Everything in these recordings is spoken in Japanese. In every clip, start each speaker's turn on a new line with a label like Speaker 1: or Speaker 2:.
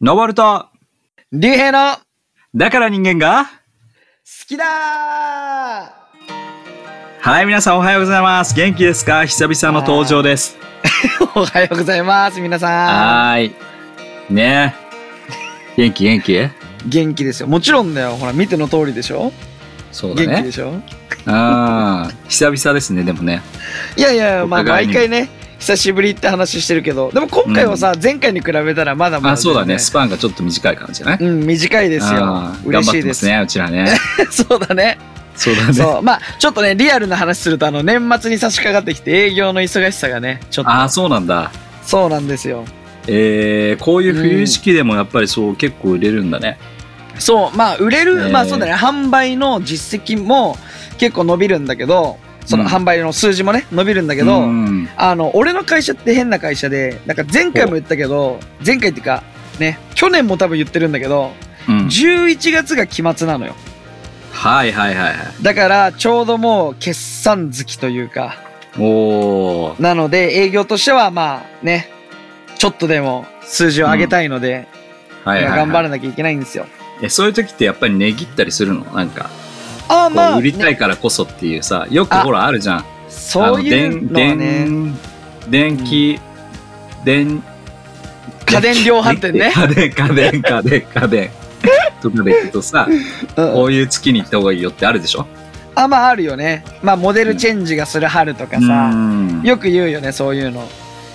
Speaker 1: ノボルト、
Speaker 2: 竜兵の好
Speaker 1: だから人間が、
Speaker 2: きだ
Speaker 1: はい、皆さんおはようございます。元気ですか久々の登場です。
Speaker 2: ー おはようございます、皆さん。
Speaker 1: はーい。ねえ。元気元気
Speaker 2: 元気ですよ。もちろんだよ。ほら、見ての通りでしょ、
Speaker 1: そうだ
Speaker 2: 元気で
Speaker 1: ね。
Speaker 2: しょ
Speaker 1: ああ、久々ですね、でもね。
Speaker 2: いやいや、まあ、
Speaker 1: お互い
Speaker 2: 毎
Speaker 1: に
Speaker 2: 回ね、久しぶりって話してるけど、でも今回はさ、前回に比べたらまだまだ、
Speaker 1: あ、そうだね。スパンがちょっと短い感じじゃない
Speaker 2: うん、短いですよ
Speaker 1: あ。ー
Speaker 2: 嬉しい
Speaker 1: 頑張ってま
Speaker 2: ですす。
Speaker 1: ね、うちらね。
Speaker 2: そうだね。
Speaker 1: そうだね。
Speaker 2: そう。まあ、ちょっとね、リアルな話すると、あの、年末に差し掛かってきて、営業の忙しさがね、ちょっと。
Speaker 1: ああ、そうなんだ。
Speaker 2: そうなんですよ。
Speaker 1: えー、こういう冬時期でもやっぱりそう結構売れるんだね。
Speaker 2: そうまあ売れる、
Speaker 1: ねえ
Speaker 2: まあそうだね販売の実績も結構伸びるんだけどその
Speaker 1: うん
Speaker 2: 販売の数字もね伸びるんだけど、
Speaker 1: うん
Speaker 2: あの俺の会社って変な会社でなんか前回も言ったけど前回っていうかね去年も多分言ってるんだけど
Speaker 1: うん
Speaker 2: 11月が期末なのよ
Speaker 1: はいはいはいはい。
Speaker 2: だからちょうどもう決算月というか
Speaker 1: おー。
Speaker 2: なので営業としてはまあねちょっとでも数字を上げたいので、
Speaker 1: はいはい、はい。
Speaker 2: 頑張らなきゃいけないんですよ
Speaker 1: えそういう時ってやっぱり値切ったりするのなんか、
Speaker 2: ああ
Speaker 1: こう
Speaker 2: まあ、
Speaker 1: 売りた
Speaker 2: ね
Speaker 1: いからこそっていうさよくほらあるじゃん
Speaker 2: そういうのはね
Speaker 1: 電電気、電
Speaker 2: 家電量販店ね
Speaker 1: 家電家電家 電家電とかで言うとさ
Speaker 2: うん
Speaker 1: こういう月に行った方がいいよってあるでしょ
Speaker 2: あまああるよねまあモデルチェンジがする春とか
Speaker 1: う
Speaker 2: さ、
Speaker 1: ん
Speaker 2: よく言うよねそういうの、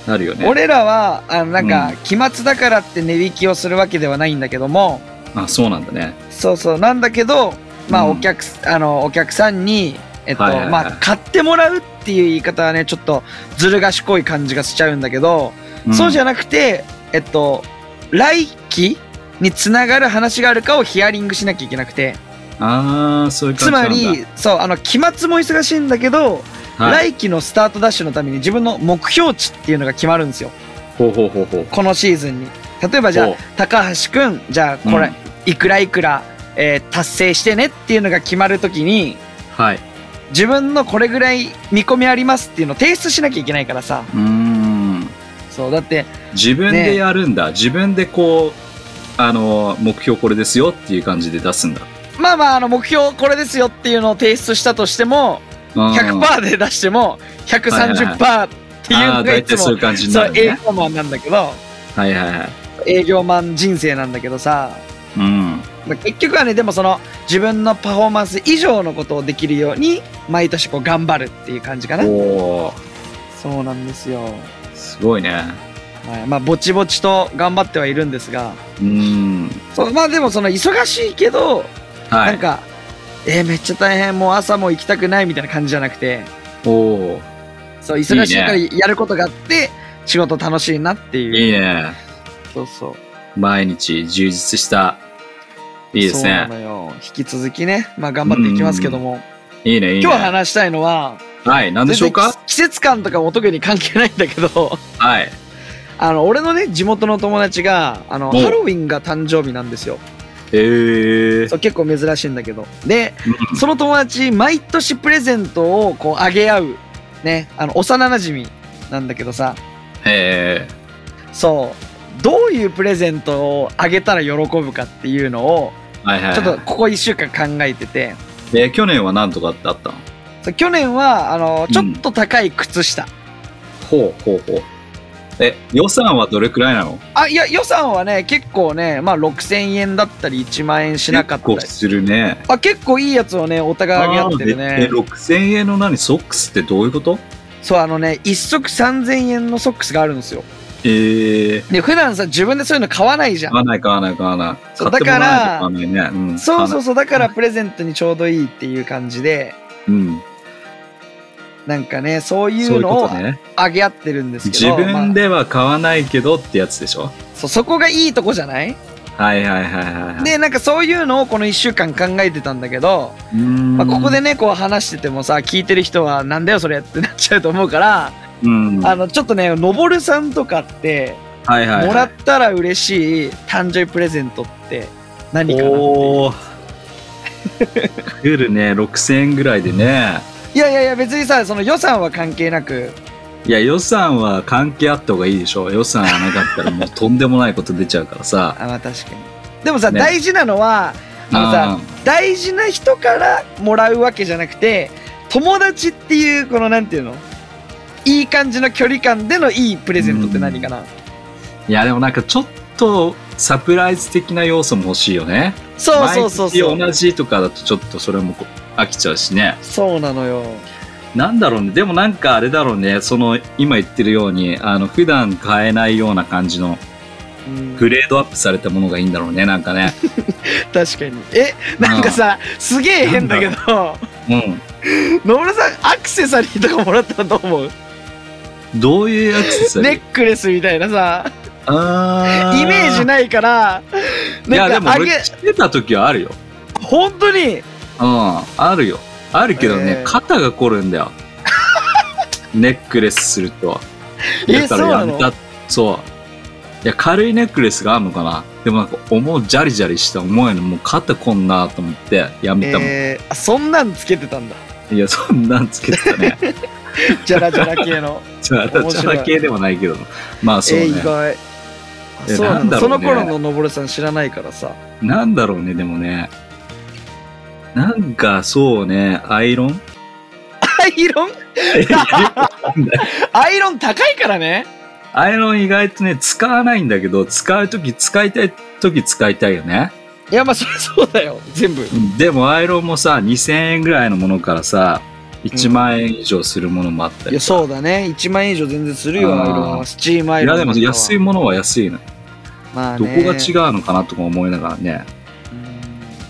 Speaker 1: あるよね
Speaker 2: 俺らはあのなん
Speaker 1: う
Speaker 2: か期末だからって値引きをするわけではないんだけども
Speaker 1: あそうなんだね
Speaker 2: そうそうなんだけどまあ
Speaker 1: うん
Speaker 2: お客,、あのお客さんにえっと、
Speaker 1: はいはいはい
Speaker 2: まあ買ってもらうっていう言い方はねちょっとずる賢い感じがしちゃうんだけど、そうじゃ
Speaker 1: な
Speaker 2: なくてえっと来期につながる話があるかをヒアリングしなきゃいけなくて
Speaker 1: ああそういう
Speaker 2: つ
Speaker 1: 感じなん
Speaker 2: ま
Speaker 1: だ
Speaker 2: りそうあの期末も忙しいんだけど
Speaker 1: はい、
Speaker 2: 来季のスタートダッシュのために自分の目標値っていうのが決まるんですよ
Speaker 1: ほうほうほうほう
Speaker 2: このシーズンに例えばじゃ
Speaker 1: ほ
Speaker 2: あ
Speaker 1: う
Speaker 2: 高橋くんじゃあこれ、
Speaker 1: うん
Speaker 2: いくらいくら、えー達成してねっていうのが決まるときに
Speaker 1: はい
Speaker 2: 自分のこれぐらい見込みありますっていうのを提出しなきゃいけないからさ
Speaker 1: うーん
Speaker 2: そうだって
Speaker 1: 自分でやるんだ、自分でこうあの目標これですよっていう感じで出すんだ
Speaker 2: まあまああの目標これですよっていうのを提出したとしても
Speaker 1: うん
Speaker 2: 100%で出しても130%っていう
Speaker 1: あ
Speaker 2: の
Speaker 1: あ
Speaker 2: が
Speaker 1: 大
Speaker 2: いつ
Speaker 1: 体そうい
Speaker 2: も
Speaker 1: う感じに
Speaker 2: そ
Speaker 1: な
Speaker 2: う
Speaker 1: る
Speaker 2: 営
Speaker 1: ね
Speaker 2: 業マンなんだけど
Speaker 1: はいはいはい
Speaker 2: 営業マン人生なんだけどさ
Speaker 1: うん
Speaker 2: まあ結局はねでもその自分のパフォーマンス以上のことをできるように毎年こう頑張るっていう感じかな
Speaker 1: おお
Speaker 2: そうなんですよ、
Speaker 1: すごいね
Speaker 2: はい、まあぼちぼちと頑張ってはいるんですが
Speaker 1: うん
Speaker 2: そうまあでもその忙しいけど、
Speaker 1: は
Speaker 2: なん
Speaker 1: い
Speaker 2: かえーめっちゃ大変もう朝も行きたくないみたいな感じじゃなくて
Speaker 1: おお
Speaker 2: そう忙しいから
Speaker 1: い
Speaker 2: やることがあって仕事楽しいなっていう
Speaker 1: いいね
Speaker 2: そうそう
Speaker 1: 毎日充実したいいです
Speaker 2: そうな
Speaker 1: ね
Speaker 2: のよ引き続きね、まあ、頑張っていきますけども
Speaker 1: いいねいいね
Speaker 2: 今日話したいのは
Speaker 1: はい何でしょう
Speaker 2: 全
Speaker 1: か
Speaker 2: 然季節感とかお特に関係ないんだけど
Speaker 1: はい
Speaker 2: あの俺のね地元の友達があの
Speaker 1: お
Speaker 2: ハロウィンが誕生日なんですよ
Speaker 1: えー
Speaker 2: そう結構珍しいんだけどで
Speaker 1: うん
Speaker 2: その友達毎年プレゼントをこうあげ合うねあの幼なじみなんだけどさ
Speaker 1: え
Speaker 2: そうどういうプレゼントをあげたら喜ぶかっていうのを
Speaker 1: ーはいはい
Speaker 2: ちょっ
Speaker 1: は
Speaker 2: とここ1週間考えてて
Speaker 1: いえ去年は何とかってあったの
Speaker 2: そう去年はあの
Speaker 1: うん
Speaker 2: ちょっと高い靴下、
Speaker 1: ほうほうほうえ予算はどれくらいなの
Speaker 2: あいや予算はね結構ねまあ6000円だったり1万円しなかったり
Speaker 1: 結構するね
Speaker 2: あ結構いいやつをねお互いあげ合ってる
Speaker 1: あーえ
Speaker 2: ね
Speaker 1: 6000円の何ソックスってどういうこと
Speaker 2: そうあのね一足3000円のソックスがあるんですよ
Speaker 1: ええ
Speaker 2: で普段さ自分でそういうの買わないじゃ
Speaker 1: 買わ
Speaker 2: ん
Speaker 1: ない買わない買わない
Speaker 2: そう
Speaker 1: 買ってもらわ
Speaker 2: だから
Speaker 1: ないと買わないね、うん、
Speaker 2: そうそう
Speaker 1: 買わ
Speaker 2: そうだからプレゼントにちょうどいいっていう感じで
Speaker 1: ない
Speaker 2: なんかねそう
Speaker 1: うん
Speaker 2: い
Speaker 1: そういうう
Speaker 2: の
Speaker 1: こ
Speaker 2: を
Speaker 1: とね
Speaker 2: あげ合ってるんですけ
Speaker 1: 自
Speaker 2: ど
Speaker 1: 分
Speaker 2: ま
Speaker 1: では買わないけどってやつでしょ、
Speaker 2: あそうそこがいいとこじゃない
Speaker 1: はいはいはいはいはい
Speaker 2: でなんかそういうのをこの1週間考えてたんだけど、
Speaker 1: うーん
Speaker 2: まあ、ここでねこう話しててもさ聞いてる人は「なんだよそれ」ってなっちゃうと思うから、
Speaker 1: うん
Speaker 2: あのちょっとねのぼるさんとかって
Speaker 1: はいはいはい
Speaker 2: もらったら嬉しい誕生日プレゼントって何かなっていう
Speaker 1: おお来るね6000円ぐらいでね
Speaker 2: いやいやいや別にさその予算は関係なく
Speaker 1: いや予算は関係あった方がいいでしょ予算がなかったらもうとんでもないこと出ちゃうからさ
Speaker 2: あまあ確かにでもさ、
Speaker 1: ね
Speaker 2: 大事なのはあのさ
Speaker 1: あ
Speaker 2: 大事な人からもらうわけじゃなくて友達っていうこのなんていうのいい感じの距離感でのいいプレゼントって何かな、
Speaker 1: ーいやでもなんかちょっとサプライズ的な要素も欲しいよね
Speaker 2: そうそうそうそ
Speaker 1: 毎日同
Speaker 2: う
Speaker 1: じとかだとちょっとそれもこう飽きちゃうしね
Speaker 2: そうなのよ
Speaker 1: なんだろうねでもなんかあれだろうねその今言ってるようにあの普段買えないような感じの
Speaker 2: うん
Speaker 1: グレードアップされたものがいいんだろうねなんかね
Speaker 2: 確かにえ なんかさすげえ変だけど
Speaker 1: う
Speaker 2: 野村さんアクセサリーとかもらったらどう思うん
Speaker 1: どういうアクセサリ
Speaker 2: ネ
Speaker 1: ー、
Speaker 2: ックレスみたいなさ
Speaker 1: あ
Speaker 2: イメージ
Speaker 1: な
Speaker 2: ないから
Speaker 1: いやで
Speaker 2: なん
Speaker 1: も
Speaker 2: かあ
Speaker 1: 俺
Speaker 2: げ
Speaker 1: してた時はあるよ
Speaker 2: 本当
Speaker 1: う
Speaker 2: に
Speaker 1: ん、あるよ。あるけどね、
Speaker 2: えー
Speaker 1: 肩が凝るんだ よ。ネックレスすると。
Speaker 2: え
Speaker 1: だからやめ
Speaker 2: そうな
Speaker 1: た。そう。いや、軽いネックレスがあるのかな。でもなんか、重うジャリジャリした重いの、もう肩こんなと思って、やめたもん。
Speaker 2: えーあそんなんつけてたんだ
Speaker 1: いや、そんなんつけてた ね。
Speaker 2: ジャラジャラ系の
Speaker 1: じゃあ、
Speaker 2: 面
Speaker 1: ちゃ
Speaker 2: 白い
Speaker 1: ら系ではないけど。まあ、 そう
Speaker 2: え
Speaker 1: ね
Speaker 2: 意。外
Speaker 1: え
Speaker 2: そうなんだ
Speaker 1: なんだろ
Speaker 2: そう
Speaker 1: ね
Speaker 2: の頃ののぼるさん知らないからさ
Speaker 1: なんだろうね、でもね。なんか、そうね、アイ ロン
Speaker 2: アイロン
Speaker 1: いやよくわかんない
Speaker 2: アイロン高いからね
Speaker 1: アイロン意外とね、使わないんだけど、使うとき、使いたいとき使いたいよね。
Speaker 2: いやまあそりゃそうだよ 全部
Speaker 1: でもアイロンもさ、2000円ぐらいのものからさ、1万円以上するものもあった
Speaker 2: い
Speaker 1: り
Speaker 2: やそうだね1万円以上全然するよ
Speaker 1: あー
Speaker 2: アイロンはスチームア
Speaker 1: い
Speaker 2: イロ
Speaker 1: や
Speaker 2: ン
Speaker 1: でも安い
Speaker 2: い
Speaker 1: ものは安いの、
Speaker 2: まあ
Speaker 1: どこ
Speaker 2: ね
Speaker 1: が違うのかなとか思いながらね。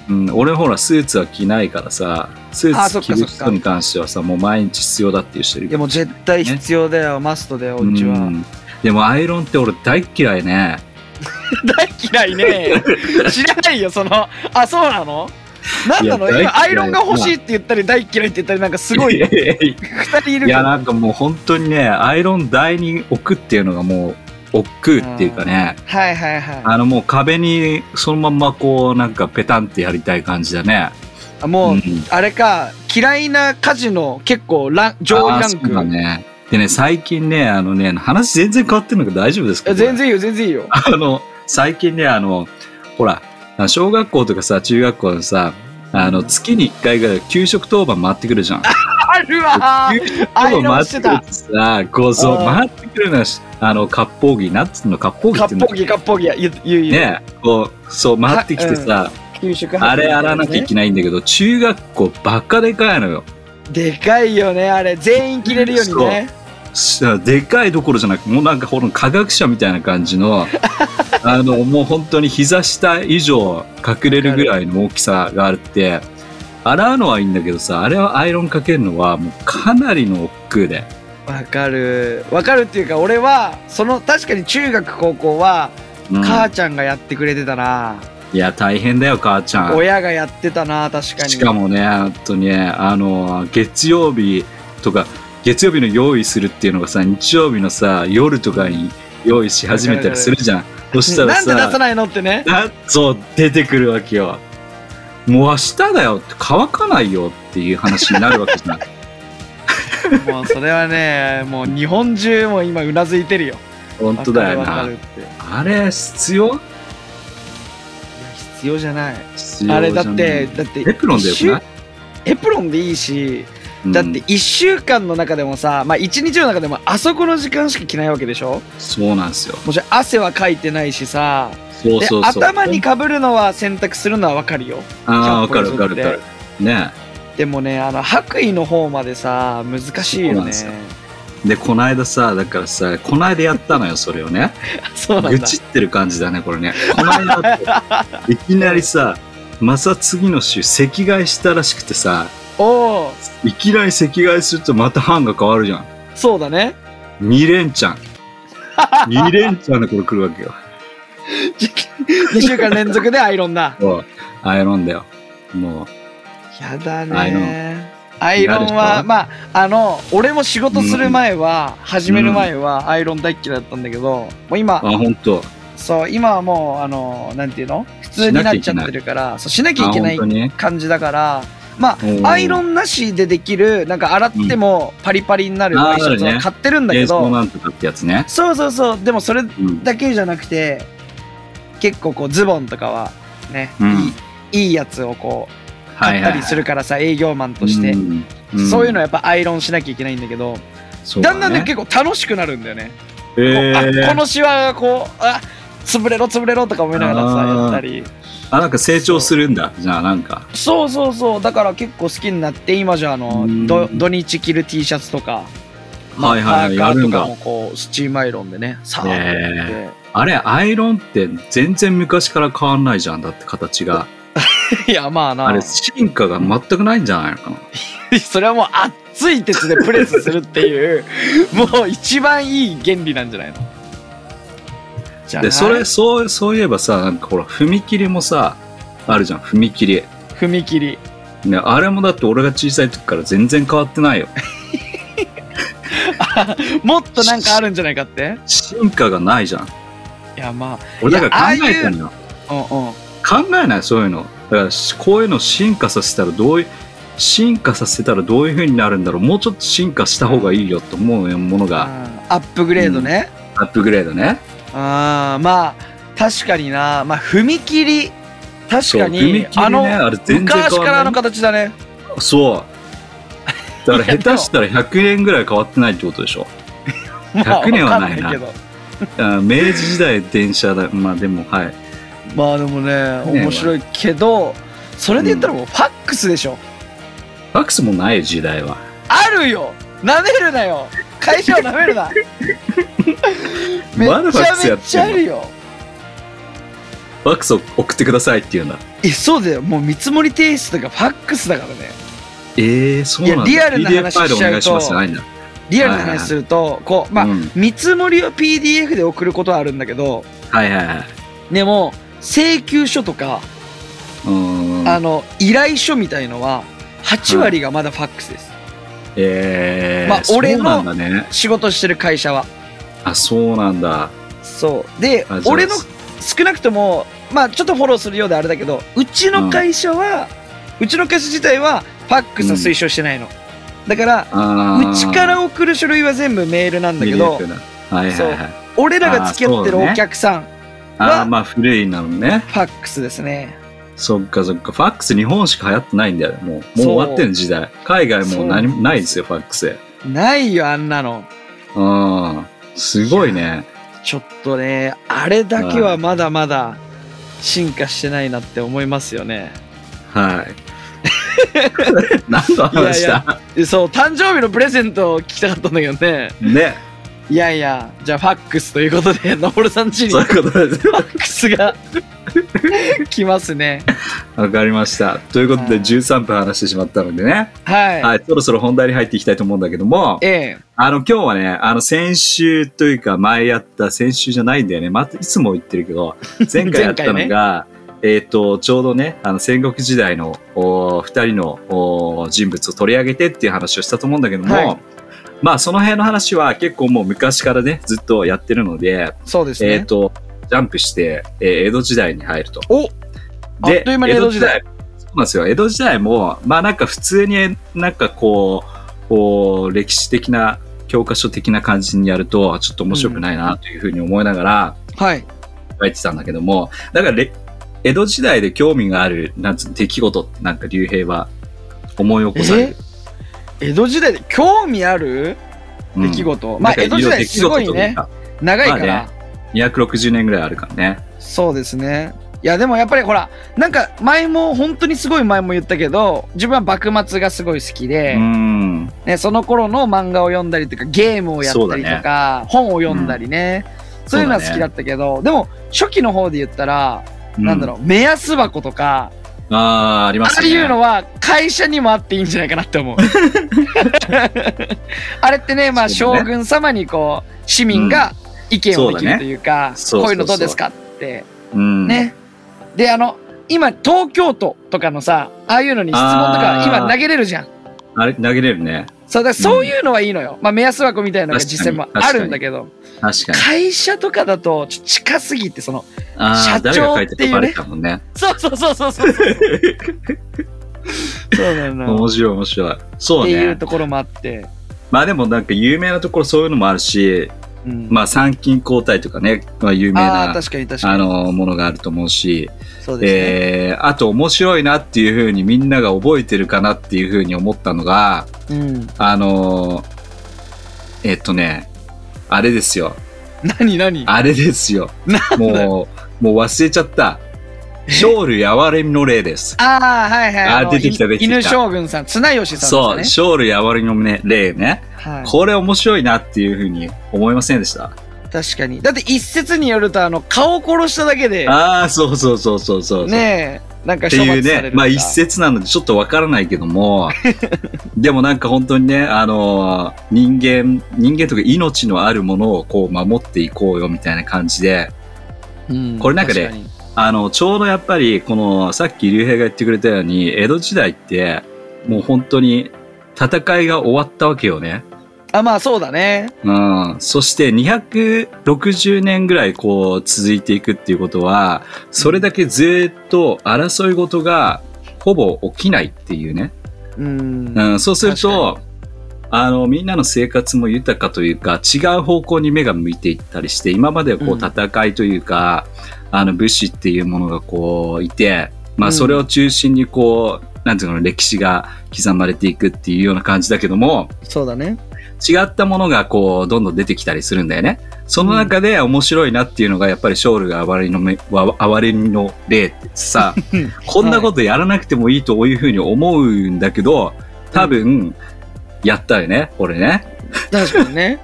Speaker 2: うん
Speaker 1: うん、俺ほら、スーツは着ないからさ、ス
Speaker 2: あ
Speaker 1: ー
Speaker 2: そ
Speaker 1: ツ
Speaker 2: っか
Speaker 1: 着
Speaker 2: そ
Speaker 1: る
Speaker 2: っか
Speaker 1: 人に関してはさ、もう毎日必要だっていう人いる
Speaker 2: いやもう絶対必要だよマストだようち
Speaker 1: う
Speaker 2: は
Speaker 1: んでもアイロンって俺大っ嫌いね。
Speaker 2: 大嫌いね知らないよそのあそうなのなんなの
Speaker 1: いや
Speaker 2: 今ア
Speaker 1: 大嫌い
Speaker 2: イロンが欲しいって言ったり大嫌いって言ったりなんかすごい
Speaker 1: い
Speaker 2: 2人いる
Speaker 1: い
Speaker 2: けど
Speaker 1: やなんかもう本当にねアイロン台に置くっていうのがもう億劫っていうかね
Speaker 2: はいはいは
Speaker 1: あのもう壁にそのまんまこうなんかペタンってやりたい感じだね
Speaker 2: いあもう、
Speaker 1: うん
Speaker 2: あれか嫌いな家事の結構ラン上位
Speaker 1: あー
Speaker 2: ラン
Speaker 1: そう
Speaker 2: ク
Speaker 1: だねでね最近ねあのね話全然変わってるのか大丈夫です
Speaker 2: いや
Speaker 1: か
Speaker 2: 全然いいよ全然いいよ
Speaker 1: あの最近ねあのほら小学校とかさ中学校のさあの月に1回ぐらい給食当番回ってくるじゃん
Speaker 2: あるわー
Speaker 1: 給食当番回ってくるとさこうそう
Speaker 2: あ
Speaker 1: 回ってくるのはあの割烹着なんつうの割烹着
Speaker 2: か
Speaker 1: っ
Speaker 2: って
Speaker 1: いうんだっけ
Speaker 2: ぽぎかっぽぎや言う言う言う
Speaker 1: ねこうそう回ってきてさ、
Speaker 2: 給食
Speaker 1: あれやらなきゃいけないんだけど中学校ばっかでかいのよ
Speaker 2: でかいよねあれ全員着れるようにね
Speaker 1: さでかいどころじゃなくもうなんかほら科学者みたいな感じのあのもう本当に膝下以上隠れるぐらいの大きさがあって洗うのはいいんだけどさあれはアイロンかけるのはもうかなりの億劫で
Speaker 2: わかるわかるっていうか俺はその確かに中学高校は
Speaker 1: うん
Speaker 2: 母ちゃんがやってくれてたな、
Speaker 1: いや大変だよ母ちゃん
Speaker 2: 親がやってたな確かに
Speaker 1: しかもね、本当にね、あの、月曜日とか、月曜日の用意するっていうのがさ、日曜日のさ、夜とかに用意し始めたりするじゃん。そしたら
Speaker 2: なんで出さ
Speaker 1: さ、
Speaker 2: ないのって ね
Speaker 1: なんそう、出てくるわけよ。もう明日だよって乾かないよっていう話になるわけじゃ ん。
Speaker 2: もうそれはねもう日本中もう今うなずいてるよ
Speaker 1: 本当だよ
Speaker 2: わか
Speaker 1: な
Speaker 2: るわ。かるっていや
Speaker 1: あれ、必要
Speaker 2: 必要じゃない
Speaker 1: 必要
Speaker 2: あれだ
Speaker 1: じゃな
Speaker 2: っ
Speaker 1: い
Speaker 2: てだって
Speaker 1: エプロンでよくない
Speaker 2: 一週エプロンでいいし、だって
Speaker 1: うん
Speaker 2: 1週間の中でもさまあ1日の中でもあそこの時間しか着ないわけでしょ
Speaker 1: そうなんですよ。
Speaker 2: もちろん汗はかいてないしさ
Speaker 1: そうそうそう。
Speaker 2: で頭にかぶるのは洗濯するのはわかるよ
Speaker 1: ああ、わかるわかるわかる。ね
Speaker 2: でもねあの白衣の方までさ難しい
Speaker 1: そうな
Speaker 2: よ
Speaker 1: ん
Speaker 2: ね
Speaker 1: ですよで、こないださ、だからさ、こないだやったのよ、それをね。
Speaker 2: そうなん
Speaker 1: 愚
Speaker 2: だ
Speaker 1: 痴ってる感じだねこれねこの 間っていきなりさまさ次の週席替えしたらしくてさ
Speaker 2: おお
Speaker 1: いきなり席替えするとまた班が変わるじゃん
Speaker 2: そうだね
Speaker 1: 2連チャン2連チャンでこれ来るわけよ
Speaker 2: 2週間連続でアイロンだ
Speaker 1: おいアイロンだよも
Speaker 2: やだね
Speaker 1: アイロ
Speaker 2: アイロ
Speaker 1: 嫌で
Speaker 2: ンは
Speaker 1: しょ
Speaker 2: まああの俺も仕事する前は、始める前はアイロン大っ嫌いだったんだけどもう今
Speaker 1: うあ本当
Speaker 2: そう今はもうあのなんていうの普通になっちゃってるからそうしなきゃ
Speaker 1: あ
Speaker 2: いけな
Speaker 1: 本
Speaker 2: い
Speaker 1: 当に
Speaker 2: 感じだからま
Speaker 1: おー
Speaker 2: あアイロンなしでできるなんか洗ってもパリパリになる
Speaker 1: あー
Speaker 2: ワイシャツ
Speaker 1: ある
Speaker 2: を
Speaker 1: ね
Speaker 2: 買ってるんだけ
Speaker 1: 映像
Speaker 2: ど
Speaker 1: なんとかってやつね。
Speaker 2: そうそうそうでもそれ
Speaker 1: うん。
Speaker 2: だけじゃなくて結構こうズボンとかはね、
Speaker 1: うん
Speaker 2: いいいいやつをこう
Speaker 1: は
Speaker 2: 買
Speaker 1: い
Speaker 2: った
Speaker 1: はい
Speaker 2: りするからさ、営業マンとして、
Speaker 1: うん
Speaker 2: そういうのはやっぱアイロンしなきゃいけないんだけど、
Speaker 1: そう
Speaker 2: だ
Speaker 1: だ
Speaker 2: んだんね
Speaker 1: ね。
Speaker 2: 結構楽しくなるんだよね、
Speaker 1: え
Speaker 2: こうあ
Speaker 1: ー
Speaker 2: このシワがこうあ潰れろ潰れろとか思いながらさ
Speaker 1: あー
Speaker 2: やったり
Speaker 1: あ、なんか成長するんだ。じゃあなんか。
Speaker 2: そうそうそうだから結構好きになって今じゃあの
Speaker 1: うん
Speaker 2: ど土日着る T シャツとか
Speaker 1: はいはいはい、
Speaker 2: パ
Speaker 1: や
Speaker 2: ーカー
Speaker 1: る
Speaker 2: と
Speaker 1: ん
Speaker 2: か
Speaker 1: だ
Speaker 2: も。こうスチームアイロンでねさあ、
Speaker 1: えあれ、アイロンって全然昔から変わんないじゃん。だって形が。
Speaker 2: いやまあな
Speaker 1: あれ、進化が全くないんじゃないのかな。
Speaker 2: それはもう熱い鉄でプレスするって いうもう一番いい原理なんじゃないのじゃな
Speaker 1: で
Speaker 2: い
Speaker 1: それそうそういえばさなんかほら踏切もさあるじゃん踏切、
Speaker 2: 踏切
Speaker 1: ね、あれもだって俺が小さい時から全然変わってないよ
Speaker 2: もっとなんかあるんじゃないかって
Speaker 1: 進化がないじゃん
Speaker 2: いやま
Speaker 1: 俺だから考えて
Speaker 2: い
Speaker 1: んのよ
Speaker 2: あうんうん
Speaker 1: 考えないそういうのだからしこういうの進化させたらどういう進化させたらどういう風になるんだろうもうちょっと進化した方がいいよと思うものが
Speaker 2: あーアップグレードね、
Speaker 1: アップグレードね
Speaker 2: ああまあ確かになまあ踏切確
Speaker 1: そう
Speaker 2: か
Speaker 1: 踏
Speaker 2: に
Speaker 1: 切ね
Speaker 2: あ
Speaker 1: あ
Speaker 2: の
Speaker 1: れ全然変
Speaker 2: 昔から
Speaker 1: わ
Speaker 2: あ
Speaker 1: らな
Speaker 2: の
Speaker 1: い
Speaker 2: 形だね
Speaker 1: そうだから下手したら100年ぐらい変わってないってことでしょ100年はないな
Speaker 2: まあわかんけど
Speaker 1: あ明治時代電車だまあでもはい
Speaker 2: まあでもね
Speaker 1: ね
Speaker 2: 面白いけどそれで言ったらもうファックスでしょ、
Speaker 1: ファックスもないよ時代は
Speaker 2: あるよなめるなよ会社をなめるな め
Speaker 1: まだフ
Speaker 2: っち
Speaker 1: ァッ
Speaker 2: ゃ
Speaker 1: クス
Speaker 2: め
Speaker 1: やってんの
Speaker 2: っちゃあるよ
Speaker 1: ファックスを送ってくださいっていうんだ
Speaker 2: えそうだよもう見積もり提出とかファックスだからね
Speaker 1: えー、そうなんだ
Speaker 2: いやリアルな話
Speaker 1: PDF ファイルお願いしま
Speaker 2: し
Speaker 1: すじ
Speaker 2: ちゃうと
Speaker 1: ゃないんだ
Speaker 2: リアルな話するとこうまあ、
Speaker 1: うん
Speaker 2: 見積もりを PDF で送ることはあるんだけど
Speaker 1: はいはいはい
Speaker 2: でも請求書とか、
Speaker 1: うーん
Speaker 2: あの依頼書みたいのは8割がまだファックスです、
Speaker 1: えー
Speaker 2: まあ俺の
Speaker 1: そうなんだね
Speaker 2: 仕事してる会社は
Speaker 1: あそうなんだ
Speaker 2: そうで
Speaker 1: あじゃあ
Speaker 2: 俺の少なくともまあちょっとフォローするようであれだけどうちの会社は、うちの会社自体はファックスは推奨してないの、だから
Speaker 1: あー
Speaker 2: うちから送る書類は全部メールなんだけど
Speaker 1: PDF はいはいはい
Speaker 2: 俺らが付き合ってる
Speaker 1: あーそうね
Speaker 2: お客さん、
Speaker 1: あーまあ古いなのね
Speaker 2: ファックスですね
Speaker 1: そっかそっかファックス日本しか流行ってないんだよもうもう
Speaker 2: そう
Speaker 1: 終わってんの時代海外もう何
Speaker 2: そう
Speaker 1: もないですよファックス
Speaker 2: ないよあんなの
Speaker 1: うんすごいね
Speaker 2: ちょっとねあれだけはまだまだ進化してないなって思いますよね
Speaker 1: はい 何の話した
Speaker 2: いやいやでそう誕生日のプレゼントを聞きたかったんだけどね
Speaker 1: ね
Speaker 2: いやいやじゃあファックスということで のぼるさんちに
Speaker 1: そういうことです。
Speaker 2: ファックスが 来ますね。
Speaker 1: わかりました。ということ
Speaker 2: は
Speaker 1: で
Speaker 2: い
Speaker 1: 13分話してしまったのでね、
Speaker 2: はい。
Speaker 1: はい、そろそろ本題に入っていきたいと思うんだけども、
Speaker 2: ええ。
Speaker 1: あの、今日はね、あの、先週というか、前やった、先週じゃないんだよね、またいつも言ってるけど、 前回やったの
Speaker 2: 前
Speaker 1: が、えっ、と、ちょうどね、あの、戦国時代の、お二人の、お人物を取り上げてっていう話をしたと思うんだけども、
Speaker 2: はい
Speaker 1: まあ、その辺の話は結構もう昔からね、ずっとやってるので、
Speaker 2: そうです
Speaker 1: えっ、
Speaker 2: ね。
Speaker 1: と、ジャンプして、えー江戸時代に入ると。
Speaker 2: おあっという間に江戸時代
Speaker 1: そうなんですよ。江戸時代も、まあなんか普通に、なんかこう、こう歴史的な、教科書的な感じにやると、ちょっと面白くないなというふうに思いながら
Speaker 2: はい。
Speaker 1: 書いてたんだけども、だかられ江戸時代で興味がある、なんつうの出来事ってなんか竜兵は思い起こされる。
Speaker 2: 江戸時代で興味ある
Speaker 1: うん
Speaker 2: 出来事。まあ
Speaker 1: なん
Speaker 2: 江
Speaker 1: か
Speaker 2: 戸時代すごい
Speaker 1: 出来
Speaker 2: ね
Speaker 1: 事と。か
Speaker 2: 長いから、
Speaker 1: まあ260年ぐらいあるからね。
Speaker 2: そうですね。いやでもやっぱりほらなんか前も本当にすごい前も言ったけど自分は幕末がすごい好きで、
Speaker 1: うん。
Speaker 2: ね、その頃の漫画を読んだりとかゲームをやったりとか、本を読んだりね、そういうのは好きだったけど、でも初期の方で言ったら、なんだろう目安箱とか
Speaker 1: うん。ああ、あります
Speaker 2: ああ
Speaker 1: ね。
Speaker 2: いうのは会社にもあっていいんじゃないかなって思 う。あれってね、まあ、
Speaker 1: そうだね
Speaker 2: 将軍様にこう市民が意見をできるというか、
Speaker 1: そうだね
Speaker 2: こういうのどうですかってね。であの今東京都とかのさああいうのに質問とか
Speaker 1: あー
Speaker 2: 今投げれるじゃん。
Speaker 1: うん、あれ投げれるね
Speaker 2: そうだからそういうのはいいのよ、まあ、目安箱みたいなのが実際も
Speaker 1: 確かに
Speaker 2: あ
Speaker 1: 確かに
Speaker 2: るんだけど
Speaker 1: 確かに
Speaker 2: 会社とかだとちょっと近すぎてその
Speaker 1: あー
Speaker 2: 社
Speaker 1: 誰が
Speaker 2: 長
Speaker 1: 書いたかバレたもんね
Speaker 2: そうそうそうそうそうそうなんだよ
Speaker 1: 面白い面白い。 そ
Speaker 2: っ
Speaker 1: う
Speaker 2: ていう
Speaker 1: ね。
Speaker 2: ところもあって、
Speaker 1: まあでもなんか有名なところそういうのもあるし、
Speaker 2: うん、
Speaker 1: まあ参勤交代とかね、まあ、有名
Speaker 2: ああー
Speaker 1: なあ
Speaker 2: 確かに確かに
Speaker 1: のものがあると思うし、
Speaker 2: そうですね、
Speaker 1: えーあと面白いなっていうふうにみんなが覚えてるかなっていうふうに思ったのが、
Speaker 2: うん、
Speaker 1: あのえっとね、あれですよ。
Speaker 2: 何何
Speaker 1: あれですよ。もう、もう忘れちゃった。ショールやわれみの例です。
Speaker 2: ああはいはい
Speaker 1: あー
Speaker 2: の
Speaker 1: 出てきた
Speaker 2: い
Speaker 1: 出てきた
Speaker 2: 犬将軍さん綱吉さん
Speaker 1: そう、
Speaker 2: です
Speaker 1: ショールやわれみのね例ね。
Speaker 2: ね、は
Speaker 1: これ面白いなっていうふうに思いませんでした。
Speaker 2: い、確かにだって一説によるとあの顔を殺しただけで
Speaker 1: ああ、そうそうそうそうそうそう。
Speaker 2: ねえなんか
Speaker 1: って
Speaker 2: 処罰さ
Speaker 1: い
Speaker 2: れ
Speaker 1: う
Speaker 2: る
Speaker 1: ね、まあ一説なのでちょっとわからないけども、 でもなんか本当にね、あのー人間、人間とか命のあるものをこう守っていこうよみたいな感じで、これなんかね
Speaker 2: ね
Speaker 1: あの、ちょうどやっぱり、この、さっき竜兵が言ってくれたように、江戸時代って、もう本当に、戦いが終わったわけよね。
Speaker 2: あまあそうだね
Speaker 1: うん。そして、260年ぐらい、こう、続いていくっていうことは、それだけずっと争い事が、ほぼ起きないっていうね。
Speaker 2: うん
Speaker 1: うん。そうする
Speaker 2: 確
Speaker 1: と、あの、みんなの生活も豊かというか、違う方向に目が向いていったりして、今まではこ
Speaker 2: う
Speaker 1: う、
Speaker 2: ん
Speaker 1: 戦いというか、あの、武士っていうものがこう、いて、まあ、
Speaker 2: うん
Speaker 1: それを中心にこう、なんていうの、歴史が刻まれていくっていうような感じだけども、
Speaker 2: そうだね
Speaker 1: 違ったものがこう、どんどん出てきたりするんだよね。その中で面白いなっていうのが、やっぱりショールが哀れのめ、わ哀れみの例って さ、こんなことやらなくてもいいというふうに思うんだけど、多分、やったよね、俺ね。
Speaker 2: 確かにね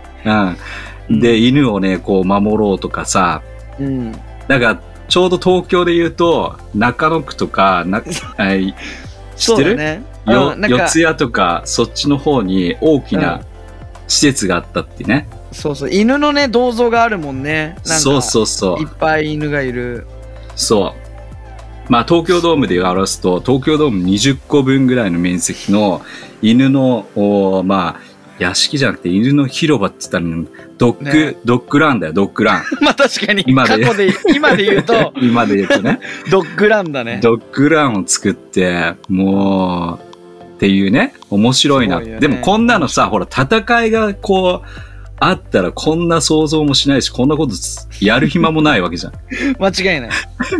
Speaker 1: うん。で、犬をね、こう守ろうとかさ、
Speaker 2: うん
Speaker 1: なんか、ちょうど東京で言うと、中野区とか、 なはい 知っ
Speaker 2: そ
Speaker 1: て
Speaker 2: うだ
Speaker 1: る、
Speaker 2: ね
Speaker 1: よ
Speaker 2: うんなんか
Speaker 1: 四谷とか、そっちの方に大き
Speaker 2: うん
Speaker 1: な施設があったってね。
Speaker 2: そうそう犬のね銅像があるもんねなんか
Speaker 1: そうそうそ
Speaker 2: いうっ。ぱい犬がいる
Speaker 1: そう。まあ、東京ドームで表すと、東京ドーム20個分ぐらいの面積の犬の、おーまあ、屋敷じゃなくて犬の広場って言ったら、ドッグ、
Speaker 2: ね
Speaker 1: ドッグランだよ、ドッグラン。
Speaker 2: まあ確かに
Speaker 1: 今
Speaker 2: 過
Speaker 1: で
Speaker 2: 去で今で言 うと
Speaker 1: 今で言うとね。
Speaker 2: ドッグラン だね
Speaker 1: ドッグランを作って、もう、っていうね、面白いな。
Speaker 2: すごいよね
Speaker 1: でもこんなのさ、ほら、戦いがこう、あったらこんな想像もしないし、こんなことやる暇もないわけじゃん。
Speaker 2: 間違いない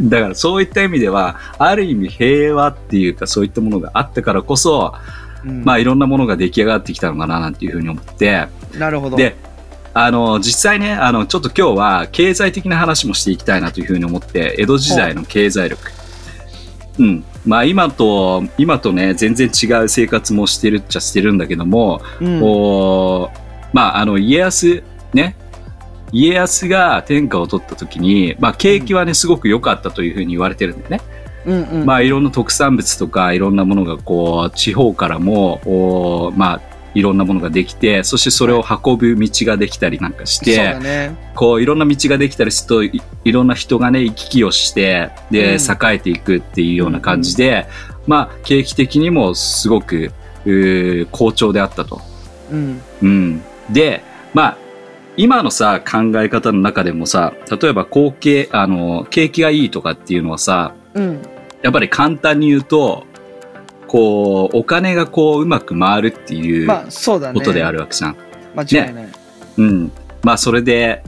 Speaker 1: だからそういった意味では、ある意味平和っていうか、そういったものがあったからこそ、
Speaker 2: うん
Speaker 1: まあいろんなものが出来上がってきたのかななんていうふうに思って、
Speaker 2: なるほど
Speaker 1: で、あの、実際ね、あの、ちょっと今日は経済的な話もしていきたいなというふうに思って、江戸時代の経済力。うん。まあ今と、今とね、全然違う生活もしてるっちゃしてるんだけども、
Speaker 2: うん
Speaker 1: こう、まああの、家康、ね、家康が天下を取った時に、まあ景気はね、すごく良かったというふうに言われてるんだよね。
Speaker 2: うんうん
Speaker 1: まあいろんな特産物とかいろんなものがこう地方からもおーまあいろんなものができてそしてそれを運ぶ道ができたりなんかし
Speaker 2: そう
Speaker 1: て
Speaker 2: だね
Speaker 1: こういろんな道ができたりするといいろんな人がね行き来をして
Speaker 2: うん
Speaker 1: で栄えていくっていうような感じで、まあ景気的にもすごくうー好調であったと。
Speaker 2: うん
Speaker 1: うん、でまあ今のさ考え方の中でもさ例えば後継あの景気がいいとかっていうのはさ
Speaker 2: うん
Speaker 1: やっぱり簡単に言うと、こう、お金がこう、うまく回るっていう
Speaker 2: まあそうだね
Speaker 1: ことであるわけじゃん。
Speaker 2: 間違いない
Speaker 1: うん。まあ、それで、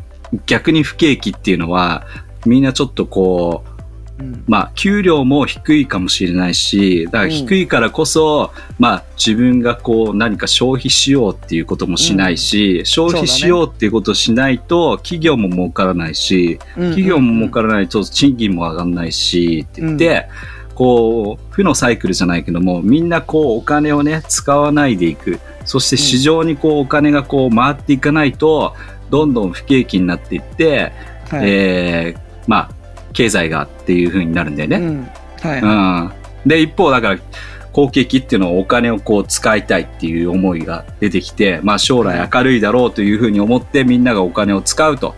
Speaker 1: 逆に不景気っていうのは、みんなちょっとこう、
Speaker 2: うん
Speaker 1: まあ、給料も低いかもしれないし、だから低いからこそ、まあ、自分がこう、何か消費しようっていうこともしないし、消費しようっていうことをしないと、企業も儲からないし、企業も儲からないと賃金も上がんないしって言って、こう負のサイクルじゃないけどもみんなこうお金をね使わないでいくそして市場にこうお金がこう回っていかないとどんどん不景気になっていって、
Speaker 2: うんはい
Speaker 1: えーまあ経済がっていう風になるんだよ
Speaker 2: う
Speaker 1: ね。、
Speaker 2: んはいう
Speaker 1: んで一方だから好景気っていうのはお金をこう使いたいっていう思いが出てきて、まあ、将来明るいだろうというふうに思ってみんながお金を使うと。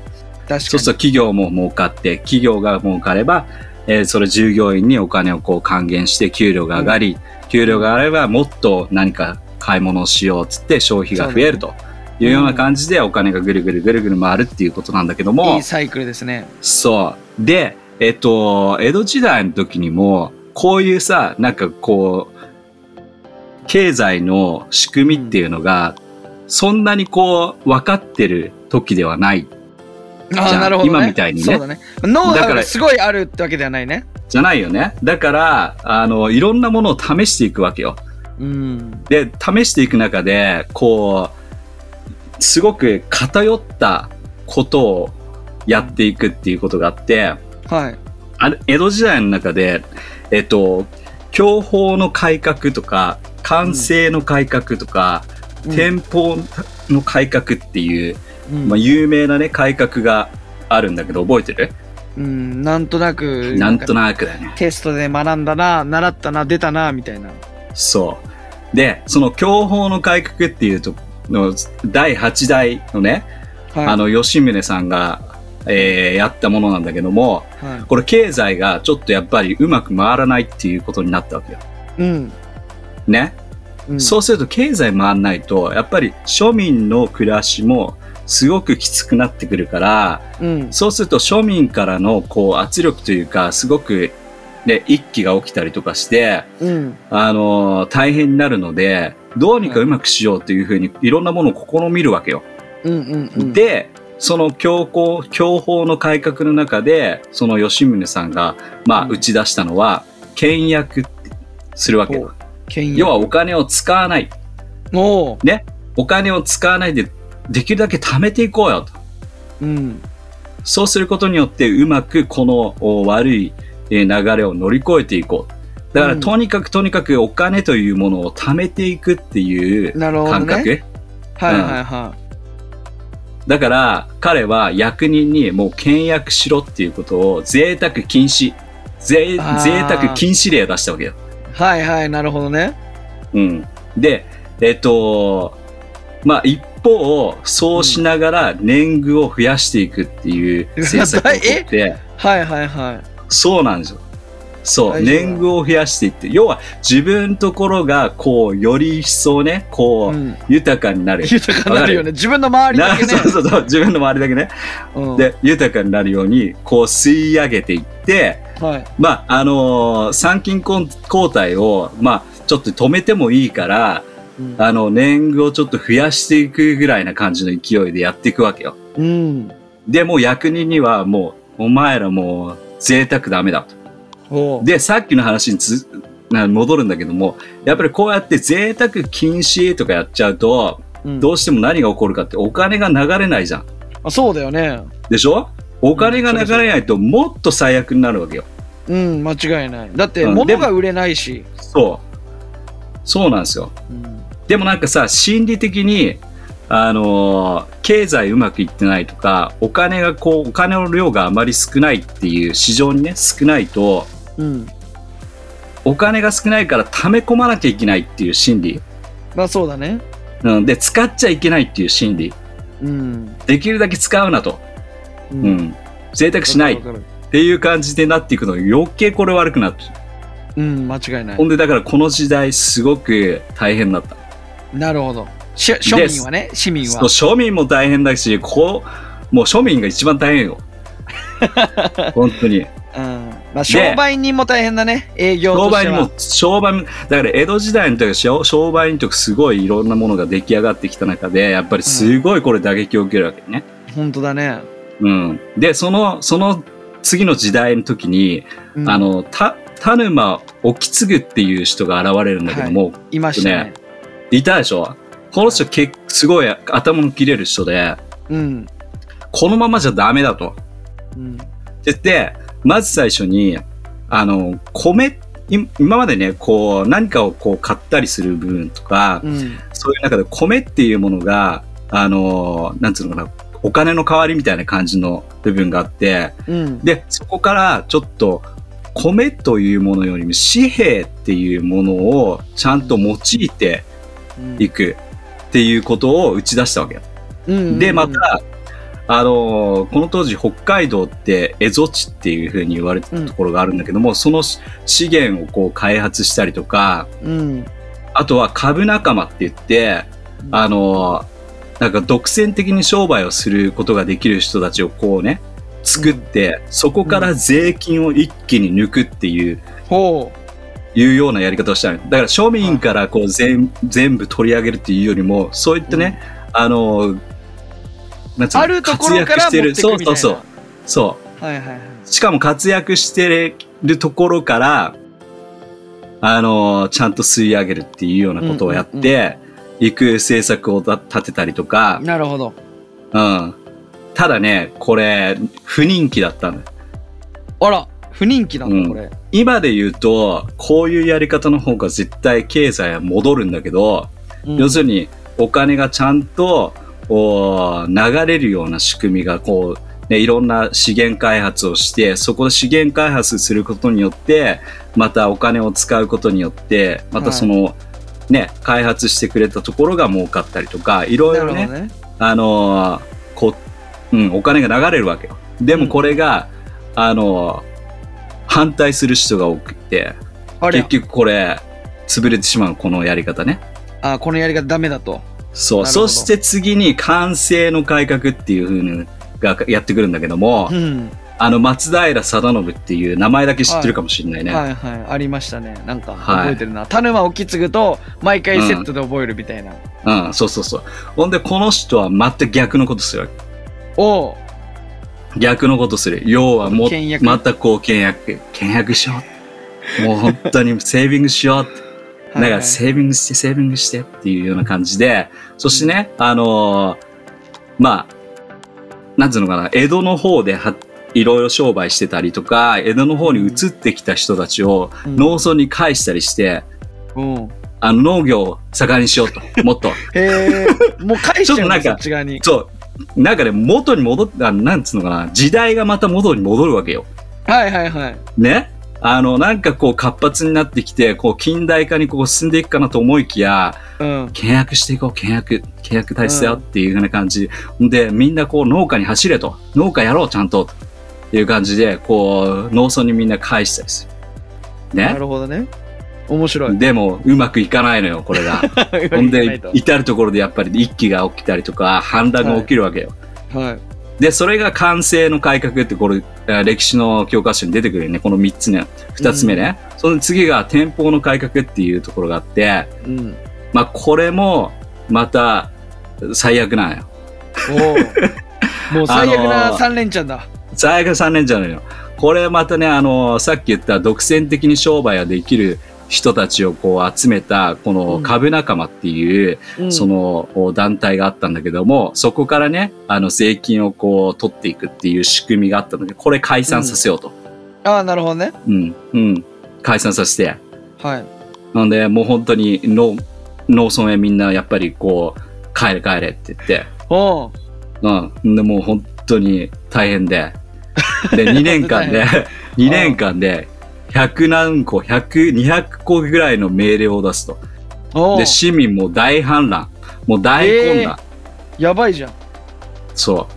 Speaker 2: 確かに
Speaker 1: そうすると企業も儲かって、企業が儲かれば、えーそれ従業員にお金をこう還元して給料が上がり、給料が上がればもっと何か買い物をしようっつって消費が増えるというような感じでお金がぐるぐるぐるぐる回るっていうことなんだけども、
Speaker 2: いいサイクルですね
Speaker 1: そう。で、えっと、江戸時代の時にも、こういうさ、なんかこう、経済の仕組みっていうのが、そんなにこう、分かってる時ではない。
Speaker 2: あ
Speaker 1: じ
Speaker 2: あ、
Speaker 1: ゃあ
Speaker 2: なるほど、ね。
Speaker 1: 今みたいにね
Speaker 2: そうだね。ノウ
Speaker 1: だ
Speaker 2: ハ
Speaker 1: か
Speaker 2: ウ
Speaker 1: ら
Speaker 2: がすごいあるってわけではないね。
Speaker 1: じゃないよね。だから、あの、いろんなものを試していくわけよ。
Speaker 2: うん。
Speaker 1: で、試していく中で、こう、すごく偏ったことをやっていくっていうことがあって、
Speaker 2: はい。
Speaker 1: あれ江戸時代の中で、えっと、享保の改革とか、寛政の改革とか、天保の改革っていう、
Speaker 2: うん
Speaker 1: まあ、有名なね、改革があるんだけど、覚えてる
Speaker 2: うん、なんとなく、
Speaker 1: なんと
Speaker 2: く。
Speaker 1: なくだよね。
Speaker 2: テストで学んだな、習ったな、出たな、みたいな。
Speaker 1: そう。で、その享保の改革っていうと、の第8代のね、
Speaker 2: はい。
Speaker 1: あ、の、吉宗さんが、えーやったものなんだけども、
Speaker 2: は
Speaker 1: これ経済がちょっとやっぱりうまく回らないっていうことになったわけよ。
Speaker 2: い。うん。
Speaker 1: ね。
Speaker 2: うん、
Speaker 1: そうすると経済回んないと、やっぱり庶民の暮らしもすごくきつくなってくるから、
Speaker 2: うん。
Speaker 1: そうすると庶民からのこう圧力というか、すごくね、一気が起きたりとかして、
Speaker 2: うん。
Speaker 1: あのー大変になるので、どうにかうまくしようというふうにいろんなものを試みるわけよ。
Speaker 2: うん。うん。うん。、
Speaker 1: で、その強行、強法の改革の中で、その吉宗さんが、まあ、
Speaker 2: うん
Speaker 1: 打ち出したのは、倹約するわけよ。
Speaker 2: 権威。
Speaker 1: 要はお金を使わない。
Speaker 2: おう。
Speaker 1: お金を使わないで、できるだけ貯めていこうよと。
Speaker 2: うん。
Speaker 1: そうすることによって、うまくこのお悪いえー流れを乗り越えていこう。だから、
Speaker 2: うん
Speaker 1: とにかくとにかくお金というものを貯めていくっていう
Speaker 2: なるほど、
Speaker 1: 感
Speaker 2: ね。
Speaker 1: 覚。
Speaker 2: はいはいは
Speaker 1: だから、彼は役人にもう倹約しろっていうことを贅沢禁止。贅贅
Speaker 2: あー
Speaker 1: 沢禁止令を出したわけよ。
Speaker 2: い。はいはい、なるほどね。
Speaker 1: うん。で、えっと、まあ一方、そうしながら年貢を増やしていくっていう政策を取って、
Speaker 2: はいはいは
Speaker 1: そうなんですよ。そう、
Speaker 2: 大丈夫だ
Speaker 1: 年貢を増やしていって、要は自分のところがこう、より一層ね、
Speaker 2: い。
Speaker 1: こ
Speaker 2: う
Speaker 1: う、
Speaker 2: ん。
Speaker 1: 豊かになる。
Speaker 2: 豊かになるよね。自分の周り
Speaker 1: な
Speaker 2: だけね。
Speaker 1: そうそうそう、自分の周りだけね。
Speaker 2: うん、
Speaker 1: で豊かになるようにこう吸い上げていって、
Speaker 2: はい。
Speaker 1: まああのー参勤交交代を、まあ、ちょっと止めてもいいから
Speaker 2: うん
Speaker 1: あの年貢をちょっと増やしていくぐらいな感じの勢いでやっていくわけよ。
Speaker 2: うん。
Speaker 1: でもう役人にはもうお前らもう贅沢ダメだと。
Speaker 2: おう。
Speaker 1: でさっきの話につな戻るんだけどもやっぱりこうやって贅沢禁止とかやっちゃうと
Speaker 2: うん、
Speaker 1: どうしても何が起こるかってお金が流れないじゃん。
Speaker 2: あそうだよね。
Speaker 1: でしょお金が流れないともっと最悪になるわけよ。
Speaker 2: うん、間違いない。だって、
Speaker 1: うんで
Speaker 2: 物
Speaker 1: も
Speaker 2: が売れないし。
Speaker 1: そう。そうなんですよ。
Speaker 2: うん。
Speaker 1: でもなんかさ、心理的に、あのー経済うまくいってないとか、お金がこう、お金の量があまり少ないっていう、市場にね、少ないと、
Speaker 2: うん。
Speaker 1: お金が少ないから溜め込まなきゃいけないっていう心理。
Speaker 2: まあそうだね。
Speaker 1: うん、で、使っちゃいけないっていう心理。
Speaker 2: うん。
Speaker 1: できるだけ使うなと。
Speaker 2: う。
Speaker 1: うんん。贅沢しない
Speaker 2: わ
Speaker 1: っ
Speaker 2: かるわか
Speaker 1: ていう感じでなっていくの余計これ悪くなって
Speaker 2: るうん、間違いない
Speaker 1: ほ。んでだからこの時代すごく大変だった。
Speaker 2: なるほど。し庶民はね、市民は。
Speaker 1: そう庶民も大変だしこうもう庶民が一番大変 よ本当に
Speaker 2: うん。まあ商売人も大変だね。営業
Speaker 1: 商
Speaker 2: とし
Speaker 1: 売
Speaker 2: て
Speaker 1: に
Speaker 2: は。
Speaker 1: も商売もだから江戸時代の時は商商売人とかすごいいろんなものが出来上がってきた中でやっぱりすごいこれ打撃を受けるわけね、
Speaker 2: 本当だね。
Speaker 1: うん、でそのその次の時代の時に、
Speaker 2: うん
Speaker 1: あ、のた田沼意次っていう人が現れるんだけども、
Speaker 2: いましたね。
Speaker 1: い、たでしょこの人けすごい頭の切れる人で
Speaker 2: うん。
Speaker 1: このままじゃダメだと
Speaker 2: うん。
Speaker 1: で、でまず最初に、あの、米、い今までね、こう、何かをこう買ったりする部分とか、
Speaker 2: うん。
Speaker 1: そういう中で米っていうものが、あの、なんつうのかな、お金の代わりみたいな感じの部分があって、
Speaker 2: うん。
Speaker 1: で、そこからちょっと、米というものよりも紙幣っていうものをちゃんと用いて
Speaker 2: うん
Speaker 1: いくっていうことを打ち出したわけ。
Speaker 2: うん
Speaker 1: で、ま、た、あのーこの当時北海道って蝦夷地っていう風に言われてたところがあるんだけども、その資資源をこう開発したりとか、
Speaker 2: うん。
Speaker 1: あとは株仲間って言って、あ、のーなんか独占的に商売をすることができる人たちをこうね、作って、そこから税金を一気に抜くっていう、
Speaker 2: ほう。
Speaker 1: いうようなやり方をしたいだから庶民からこう全全部取り上げるっていうよりもそういったね、あのなんつうの
Speaker 2: あるところから
Speaker 1: 活躍してる
Speaker 2: 持ってくみたいな
Speaker 1: そうそうそうそう
Speaker 2: はいはいはい。
Speaker 1: しかも活躍してるところから、あの、ちゃんと吸い上げるっていうようなことをやって、いく政策を立立てたりとか、
Speaker 2: なるほど。
Speaker 1: うん。ただね、これ、不人気だったの。
Speaker 2: あら、不人気なん
Speaker 1: うん
Speaker 2: だ、これ。
Speaker 1: 今で言うと、こういうやり方の方が絶対経済は戻るんだけど、
Speaker 2: うん
Speaker 1: 要するにお金がちゃんとお流れるような仕組みがこう、ね、いろんな資源開発をしてそこで資源開発することによってまたお金を使うことによってまたその、ね、開発してくれたところが儲かったりとかいろい
Speaker 2: なる
Speaker 1: ろ
Speaker 2: ほど
Speaker 1: ね
Speaker 2: ね。
Speaker 1: あのーこう、うん、お金が流れるわけよで
Speaker 2: う
Speaker 1: も
Speaker 2: ん
Speaker 1: これが、あのー反対する人が多くて
Speaker 2: あれ
Speaker 1: 結、局これ潰れてしまうこのやり方ね
Speaker 2: あこのやり方ダメだと。
Speaker 1: そう。
Speaker 2: なるほ
Speaker 1: そ
Speaker 2: ど
Speaker 1: して次に完成の改革っていう風にがやってくるんだけども
Speaker 2: う、ん。
Speaker 1: あの松平定信っていう名前だけ知ってるかもしれないね。
Speaker 2: はいはい。ありましたね。なんか、
Speaker 1: はい
Speaker 2: 覚えてるな。田沼興継と毎回セットで覚えるみたいな。
Speaker 1: うん、そうそうそう。ほんでこの人は全く逆のことする。
Speaker 2: おう
Speaker 1: 逆のことする。要はもう
Speaker 2: 倹約
Speaker 1: またこう倹約、倹約しよう。もう本当にセービングしようって。だか
Speaker 2: はいは
Speaker 1: ら
Speaker 2: い
Speaker 1: セービングして、セービングしてっていうような感じで、そしてね、あのーまあ、なんつうのかな、江戸の方ではいろいろ商売してたりとか、江戸の方に移ってきた人たちを
Speaker 2: うん
Speaker 1: 農村に返したりして、
Speaker 2: うん。
Speaker 1: あの農業を盛んにしよ うと、もっと。
Speaker 2: へえ。もう返しちゃう
Speaker 1: ちょっと
Speaker 2: んだそ
Speaker 1: なんか
Speaker 2: っち側に。
Speaker 1: そう。なんかね、元に戻って、あなんつうのかな、時代がまた元に戻るわけよ。
Speaker 2: はいはいはい。
Speaker 1: ね。あの、なんかこう活発になってきて、こう近代化にこう進んでいくかなと思いきや、
Speaker 2: うん。
Speaker 1: 契約していこう、契約、契約大切だよっていうような感じ。で、みんなこう農家に走れと、農家やろう、ちゃんと、っていう感じで、こう、農村にみんな返したりする。
Speaker 2: な
Speaker 1: ね。
Speaker 2: るほどね。面白い。
Speaker 1: でも、うまくいかないのよ、これ が。 ほん
Speaker 2: ない
Speaker 1: で
Speaker 2: と、
Speaker 1: 至るところでやっぱり一揆が起きたりとか、反乱が起きるわけよ。
Speaker 2: はい。
Speaker 1: で、それが完成の改革って、これ、えー歴史の教科書に出てくるよね。この3つね。2つ目ね。その次が天保の改革っていうところがあって、
Speaker 2: うん。
Speaker 1: まあ、これも、また、最悪なんよ。
Speaker 2: おうもう最悪
Speaker 1: あの
Speaker 2: な
Speaker 1: ー
Speaker 2: 三連チャンだ。
Speaker 1: 最悪3連チャンなのよ。これまたね、あの、さっき言った独占的に商売ができる人たちをこう集めた、こ
Speaker 2: う
Speaker 1: の
Speaker 2: ん
Speaker 1: 株仲間っていう、
Speaker 2: うん
Speaker 1: そのお団体があったんだけども、そこからね、あの、税金をこう取っていくっていう仕組みがあったので、これ解散させようと。
Speaker 2: ああ、なるほどね。
Speaker 1: うん、うん。解散させて。
Speaker 2: はい。
Speaker 1: なんで、もう本当に農、農村へみんなやっぱりこう、帰れ帰れって言って、
Speaker 2: おう
Speaker 1: うん。で、もう本当に大変で。で、2年 間で、2年 間で、100何個、100、200個ぐらいの命令を出すと。
Speaker 2: おう
Speaker 1: で、市民も大反乱。もう大混乱。
Speaker 2: やばいじゃん。
Speaker 1: そう。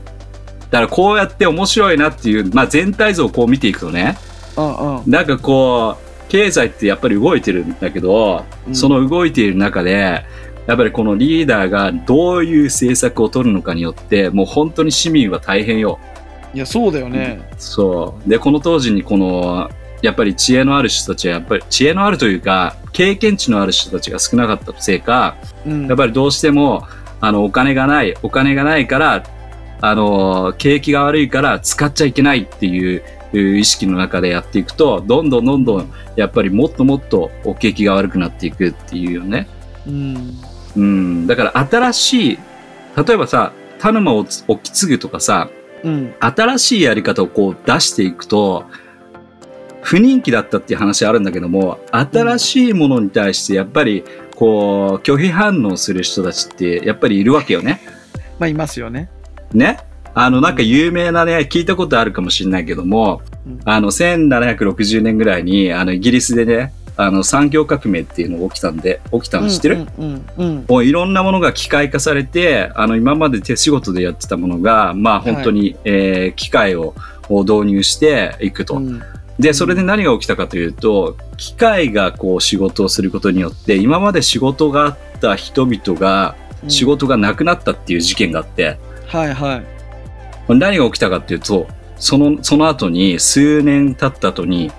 Speaker 1: だからこうやって面白いなっていう、まあ全体像をこう見ていくとね、
Speaker 2: うんうん。
Speaker 1: なんかこう、経済ってやっぱり動いてるんだけど、
Speaker 2: うん
Speaker 1: その動いている中で、やっぱりこのリーダーがどういう政策を取るのかによって、もう本当に市民は大変よ。
Speaker 2: いや、そうだよね。
Speaker 1: そう。で、この当時にこの、やっぱり知恵のある人たちは、やっぱり知恵のあるというか、経験値のある人たちが少なかったせいか、
Speaker 2: うん。
Speaker 1: やっぱりどうしても、あの、お金がない、お金がないから、あの、景気が悪いから使っちゃいけないっていうう意識の中でやっていくと、どんどんどんどん、やっぱりもっともっとお景気が悪くなっていくっていうよね。
Speaker 2: うん。
Speaker 1: うん。だから新しい、例えばさ、田沼を置き継ぐとかさ、
Speaker 2: うん。
Speaker 1: 新しいやり方をこう出していくと不人気だったっていう話あるんだけども新しいものに対してやっぱりこう拒否反応する人たちってやっぱりいるわけよね。
Speaker 2: まあ、いますよね。
Speaker 1: ね。あのなんか有名なね聞いたことあるかもしれないけども
Speaker 2: うん
Speaker 1: あの1760年ぐらいにあのイギリスでねあの産業革命っていうのが起きたんで起きたの知ってる、
Speaker 2: うんうんうん。
Speaker 1: もういろんなものが機械化されてあの今まで手仕事でやってたものがまあ本当に、えー機械をを導入していくと、
Speaker 2: うん
Speaker 1: でそれで何が起きたかというと機械がこう仕事をすることによって今まで仕事があった人々が
Speaker 2: うん
Speaker 1: 仕事がなくなったっていう事件があって、
Speaker 2: はいはい。
Speaker 1: 何が起きたかっていうとそのその後に数年経った後に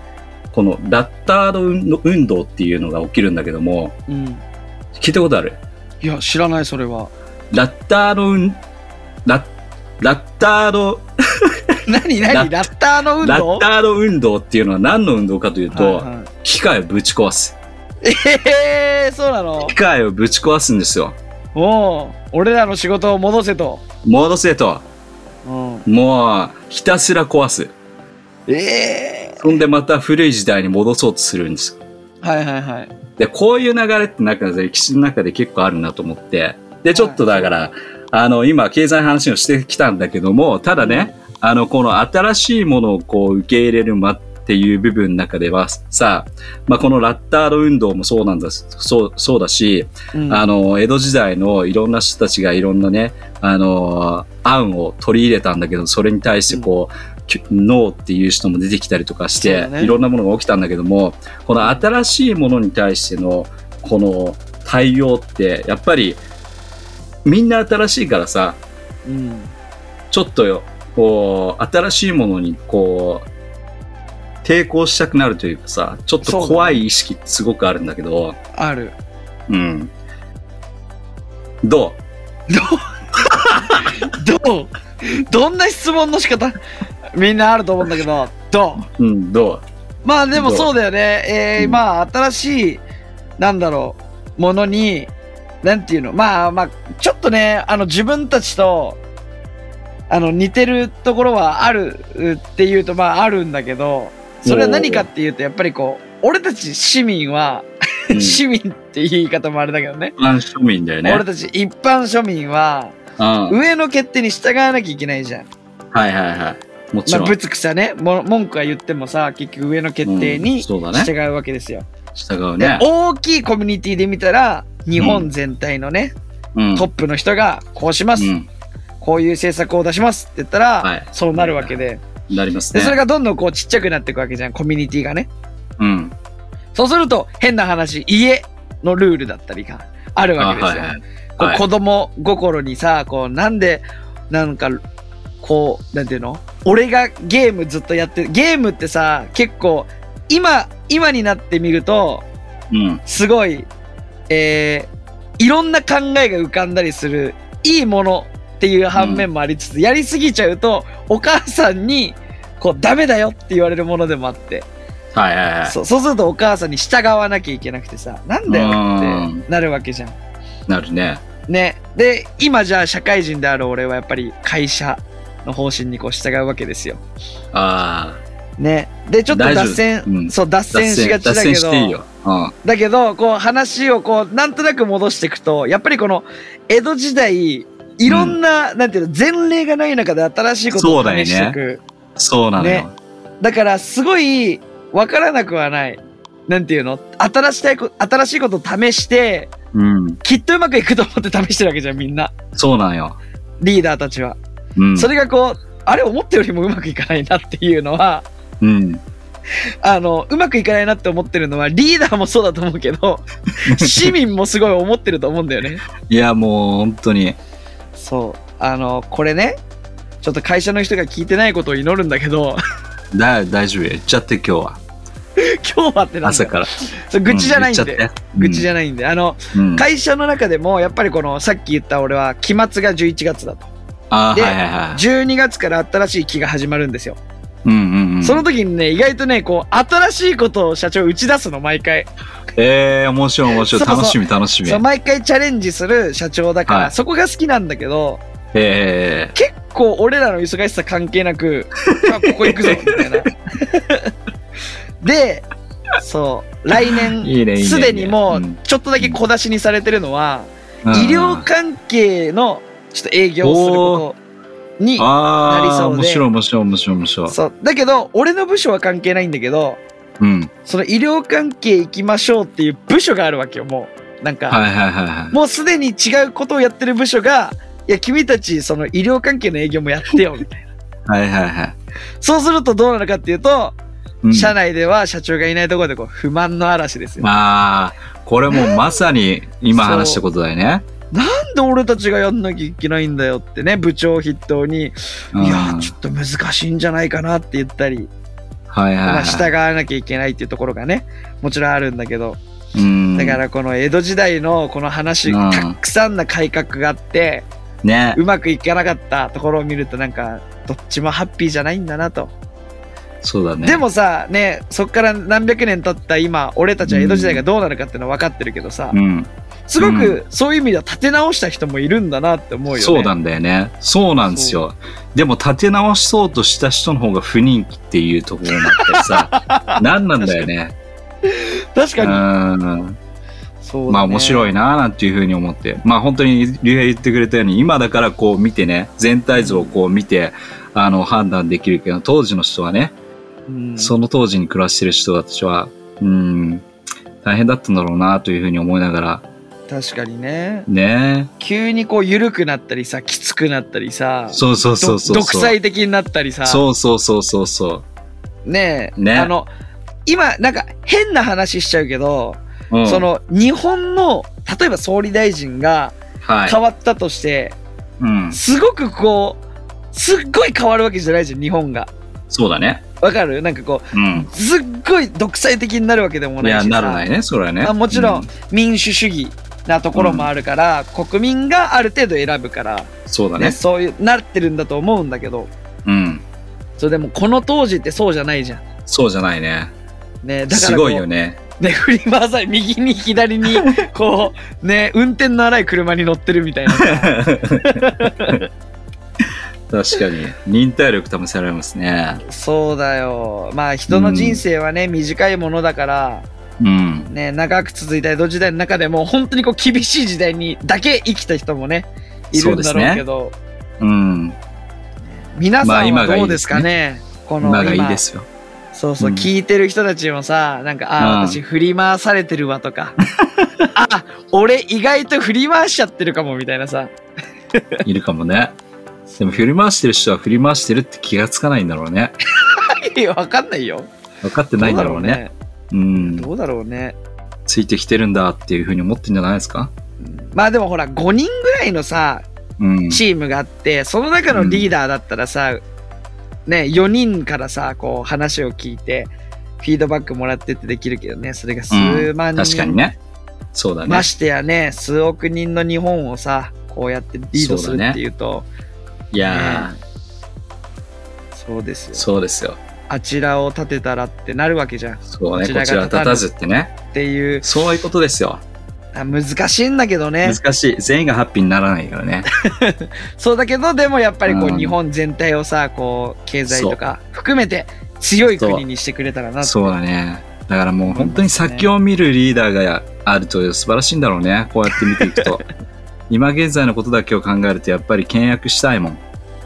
Speaker 1: このラッタード運動っていうのが起きるんだけども、
Speaker 2: うん。
Speaker 1: 聞いたことある
Speaker 2: いや、知らない、それは。
Speaker 1: ラッタード運、ラッ、ラッタード、
Speaker 2: 何何ラッターの運
Speaker 1: ラッ
Speaker 2: 動
Speaker 1: タード運動っていうのは何の運動かというと、
Speaker 2: はいはい
Speaker 1: 機械をぶち壊す。
Speaker 2: えー、そうなの
Speaker 1: 機械をぶち壊すんですよ。
Speaker 2: おう俺らの仕事を戻せと。
Speaker 1: 戻せと。
Speaker 2: うん。
Speaker 1: もう、ひたすら壊す。
Speaker 2: え
Speaker 1: そんでまた古い時代に戻そうとするんです。
Speaker 2: ー。はいはいはい。
Speaker 1: で、こういう流れってなんか歴史の中で結構あるなと思って。で、ちょっとだから、あの、今経済の話をしてきたんだけども、ただね、あの、この新しいものをこう受け入れる間っていう部分の中ではさ、まあ、このラッタード運動もそうなんだ、そう、そうだし、
Speaker 2: うん
Speaker 1: あの、江戸時代のいろんな人たちがいろんなね、あの、案を取り入れたんだけど、それに対してこう、きノーっていう人も出てきたりとかし
Speaker 2: そう
Speaker 1: て、
Speaker 2: だね
Speaker 1: いろんなものが起きたんだけども、この新しいものに対しての、この対応って、やっぱり、みんな新しいからさ、
Speaker 2: うん。
Speaker 1: ちょっとよ、こう、新しいものに、こう、抵抗したくなるというかさ、ちょっと怖い意識ってすごくあるんだけど、
Speaker 2: ある。
Speaker 1: うん。どう
Speaker 2: どう どんな質問の仕方 みんなあると思うんだけど、どう
Speaker 1: うん、どう
Speaker 2: まあでもそうだよね。えー
Speaker 1: うん
Speaker 2: まあ新しい、なんだろう、ものに、なんていうの、まあまあ、ちょっとね、あの自分たちと、あの似てるところはあるうっていうとまああるんだけど、それは何かっていうとやっぱりこう、俺たち市民は、
Speaker 1: うん
Speaker 2: 市民っていう言い方もあれだけどね。
Speaker 1: 一般庶民だよね。
Speaker 2: 俺たち一般庶民は、
Speaker 1: うん、はい
Speaker 2: 上の決定に従わなきゃいけないじゃん。
Speaker 1: はいはい。もち
Speaker 2: まあ、
Speaker 1: ろん。
Speaker 2: ぶつくさねも文句は言ってもさ結局上の決定
Speaker 1: うん
Speaker 2: に
Speaker 1: そうだね
Speaker 2: 従うわけですよ、
Speaker 1: 従う
Speaker 2: で
Speaker 1: ね。
Speaker 2: 大きいコミュニティで見たら日本全体のね、
Speaker 1: うん
Speaker 2: トップの人がこうします、
Speaker 1: うん
Speaker 2: こういう政策を出しますって言ったら、
Speaker 1: はい
Speaker 2: そうなるわけで,、
Speaker 1: なります
Speaker 2: で
Speaker 1: ね。
Speaker 2: それがどんどんこうちっちゃくなっていくわけじゃんコミュニティがね
Speaker 1: うん。
Speaker 2: そうすると変な話家のルールだったりがあるわけですよ、
Speaker 1: あはいはい
Speaker 2: こう
Speaker 1: はい
Speaker 2: 子供心にさこうなんでなんかこうなんていうの俺がゲームずっとやってゲームってさ結構今今になってみると
Speaker 1: うん。
Speaker 2: すごいえーいろんな考えが浮かんだりするいいものっていう反面もありつつ、やりすぎちゃうとお母さんにこうダメだよって言われるものでもあって
Speaker 1: はいはいは
Speaker 2: そうそうするとお母さんに従わなきゃいけなくてさなんだよってなるわけじゃん。
Speaker 1: い。なるね。
Speaker 2: ね、で今じゃあ社会人である俺はやっぱり会社の方針にこう従うわけですよ。
Speaker 1: ああ。
Speaker 2: ね、でちょっと
Speaker 1: 大丈夫
Speaker 2: 脱線、
Speaker 1: うん
Speaker 2: そう脱線しがち
Speaker 1: 脱
Speaker 2: だ
Speaker 1: 線
Speaker 2: け
Speaker 1: していい
Speaker 2: ど
Speaker 1: よ。うん。
Speaker 2: だけどこう話をこうなんとなく戻していくとやっぱりこの江戸時代いろんな,、なんていうの前例がない中で新しいこと
Speaker 1: そ
Speaker 2: を
Speaker 1: うだよね
Speaker 2: 試していく
Speaker 1: そうなのよ
Speaker 2: ね。だ,、からすごい分からなくはないなんていうの新しいこ新しいことを試して
Speaker 1: うん。
Speaker 2: きっとうまくいくと思って試してるわけじゃんみんな
Speaker 1: そうなのよ。
Speaker 2: リーダーたちは。
Speaker 1: うん。
Speaker 2: それがこうあれ思ったよりもうまくいかないなっていうのは
Speaker 1: うん。
Speaker 2: あのうまくいかないなって思ってるのはリーダーもそうだと思うけど 市民もすごい思ってると思うんだよね。
Speaker 1: いや、もう本当に。
Speaker 2: そうあのこれねちょっと会社の人が聞いてないことを祈るんだけど
Speaker 1: だ大丈夫よ。言っちゃって今日は。
Speaker 2: 今日はってなんだ
Speaker 1: 朝
Speaker 2: よ
Speaker 1: から。
Speaker 2: そう愚痴じゃないんで、愚痴じ
Speaker 1: ゃ
Speaker 2: ゃないんであの
Speaker 1: うん。
Speaker 2: 会社の中でもやっぱりこのさっき言った俺は期末が11月だと
Speaker 1: ああー、
Speaker 2: で
Speaker 1: はいはいはい。
Speaker 2: 12月から新しい期が始まるんですよ、
Speaker 1: うんうんうん。
Speaker 2: その時にね意外とねこう新しいことを社長打ち出すの毎回
Speaker 1: ええ、面白い面白い。
Speaker 2: そうそう
Speaker 1: 楽しみ楽しみ。
Speaker 2: そう
Speaker 1: え
Speaker 2: 毎回チャレンジする社長だから、
Speaker 1: はい
Speaker 2: そこが好きなんだけど
Speaker 1: え。
Speaker 2: 結構俺らの忙しさ関係 なくあここ行くぞみたいなでそう来
Speaker 1: いいねいい
Speaker 2: 年
Speaker 1: ね
Speaker 2: すでにも
Speaker 1: う
Speaker 2: うんちょっとだけ小出しにされてるのは、
Speaker 1: うん
Speaker 2: 医療関係のちょっと営業をすることに
Speaker 1: ああ
Speaker 2: なりそうで
Speaker 1: 面白い面白い面白い面白い。
Speaker 2: そうだけど俺の部署は関係ないんだけど
Speaker 1: うん。
Speaker 2: その医療関係行きましょうっていう部署があるわけよもうなんか、
Speaker 1: はいはいはいはい。
Speaker 2: もうすでに違うことをやってる部署が、いや、君たち、その医療関係の営業もやってよ、みたいな。
Speaker 1: はいはいはい。
Speaker 2: そうするとどうなるかっていうと、
Speaker 1: うん
Speaker 2: 社内では社長がいないところでこう不満の嵐ですよ。
Speaker 1: まあ、これもまさに今
Speaker 2: そう
Speaker 1: 話したことだよね。
Speaker 2: なんで俺たちがやんなきゃいけないんだよってね、部長を筆頭に、い
Speaker 1: うん
Speaker 2: や、ちょっと難しいんじゃないかなって言ったり、
Speaker 1: はいはい、
Speaker 2: ま
Speaker 1: は
Speaker 2: あ、
Speaker 1: い。
Speaker 2: 従わなきゃいけないっていうところがね、もちろんあるんだけど、
Speaker 1: うん
Speaker 2: だからこの江戸時代のこの話、
Speaker 1: うん
Speaker 2: たくさんな改革があって、
Speaker 1: ね
Speaker 2: うまくいかなかったところを見るとなんか、どっちもハッピーじゃないんだなと。
Speaker 1: そうだね
Speaker 2: でもさ、ね、そっから何百年経った今、俺たちは江戸時代がどうなるかっていうのは分かってるけどさ、
Speaker 1: うん、
Speaker 2: すごくそういう意味では立て直した人もいるんだなって思うよね。
Speaker 1: そうなんだよねそうなんですよでも立て直そうとした人の方が不人気っていうところになって さ何なんだよね
Speaker 2: 確
Speaker 1: う
Speaker 2: かに。
Speaker 1: ん
Speaker 2: そうだね
Speaker 1: まあ面白いななんていうふうに思ってまあ本当に竜兵言ってくれたように今だからこう見てね全体像をこう見てあの判断できるけど当時の人はね
Speaker 2: うん
Speaker 1: その当時に暮らしてる人たちは、うん、大変だったんだろうなというふうに思いながら、
Speaker 2: 確かにね。
Speaker 1: ね
Speaker 2: 急にこう緩くなったりさ、きつくなったりさ、
Speaker 1: そうそうそうそうそう。
Speaker 2: ど独裁的になったりさ、
Speaker 1: そうそうそうそうそ
Speaker 2: ねえ
Speaker 1: ね
Speaker 2: あの、今なんか変な話しちゃうけど、
Speaker 1: う。うん
Speaker 2: そ、の日本の例えば総理大臣が
Speaker 1: はい。
Speaker 2: 変わったとして、
Speaker 1: うん。
Speaker 2: すごくこう、すっごい変わるわけじゃないじゃん、日本が。
Speaker 1: そうだね。
Speaker 2: わかるなんかこ
Speaker 1: うん。
Speaker 2: う、すっごい独裁的になるわけでも
Speaker 1: い
Speaker 2: ないし
Speaker 1: や、
Speaker 2: さ。
Speaker 1: ならないね、それはね。
Speaker 2: あもちろん
Speaker 1: う
Speaker 2: 民主主義なところもあるから、国民がある程度選ぶから、
Speaker 1: そうだ
Speaker 2: ね
Speaker 1: ね。
Speaker 2: そういうなってるんだと思うんだけど
Speaker 1: うん。
Speaker 2: それでもこの当時ってそうじゃないじゃん。
Speaker 1: そうじゃないね。
Speaker 2: ね、だから
Speaker 1: すごいよ
Speaker 2: ね。
Speaker 1: ね。
Speaker 2: ね、振り回され、右に 左に、こう、ね、運転の荒い車に乗ってるみたいなさ。
Speaker 1: 確かに。忍耐力試されますね。
Speaker 2: そうだよ。まあ、人の人生はね、短いものだから、
Speaker 1: うん。
Speaker 2: ね、長く続いた江戸時代の中でも、本当にこう、厳しい時代にだけ生きた人もね、いるんだろうけど、
Speaker 1: うん。
Speaker 2: 皆
Speaker 1: ま
Speaker 2: さ
Speaker 1: あ
Speaker 2: んは
Speaker 1: 今がいい
Speaker 2: ど
Speaker 1: う
Speaker 2: で
Speaker 1: ですす
Speaker 2: か
Speaker 1: ね
Speaker 2: ね、この
Speaker 1: 今がいいですよ。
Speaker 2: そうそう、
Speaker 1: うん
Speaker 2: 聞いてる人たちもさ、なんか、ああ、
Speaker 1: うん
Speaker 2: 私振り回されてるわ とか、あ、俺意外と振り回しちゃってるかもみたいなさ、
Speaker 1: いるかもね。でも振り回してる人は振り回してるって気がつかないんだろうね。
Speaker 2: いやわかんないよ。
Speaker 1: 分かってないんだろうね。うん。
Speaker 2: どうだろうね。
Speaker 1: ついてきてるんだっていうふうに思ってんじゃないですか
Speaker 2: まあでもほら、5人ぐらいのさ、
Speaker 1: うん。
Speaker 2: チームがあって、その中のリーダーだったらさ、ね、4人からさ、こう話を聞いて、フィードバックもらってってできるけどね、それが数万人、
Speaker 1: 確かにね。そうだね
Speaker 2: ま。してやね、数億人の日本をさ、こうやってリードするっていうと、
Speaker 1: いや
Speaker 2: そうです
Speaker 1: ー、
Speaker 2: よ。
Speaker 1: そうですよ。
Speaker 2: あちらを立てたらってなるわけじゃんっ
Speaker 1: そうね、
Speaker 2: こちらが
Speaker 1: こちら立たずってね。
Speaker 2: ていう
Speaker 1: そういうことですよ。
Speaker 2: あ難しいんだけどね
Speaker 1: 難しい。全員がハッピーにならないからね。
Speaker 2: そうだけどでもやっぱりこ
Speaker 1: う
Speaker 2: うん日本全体をさこう経済とか含めて強い国にしてくれたらな
Speaker 1: そうだね。だからもう本当に先を見るリーダーがあると素晴らしいんだろうね。こうやって見ていく と。今現在のことだけを考えるとやっぱり倹約したいもん。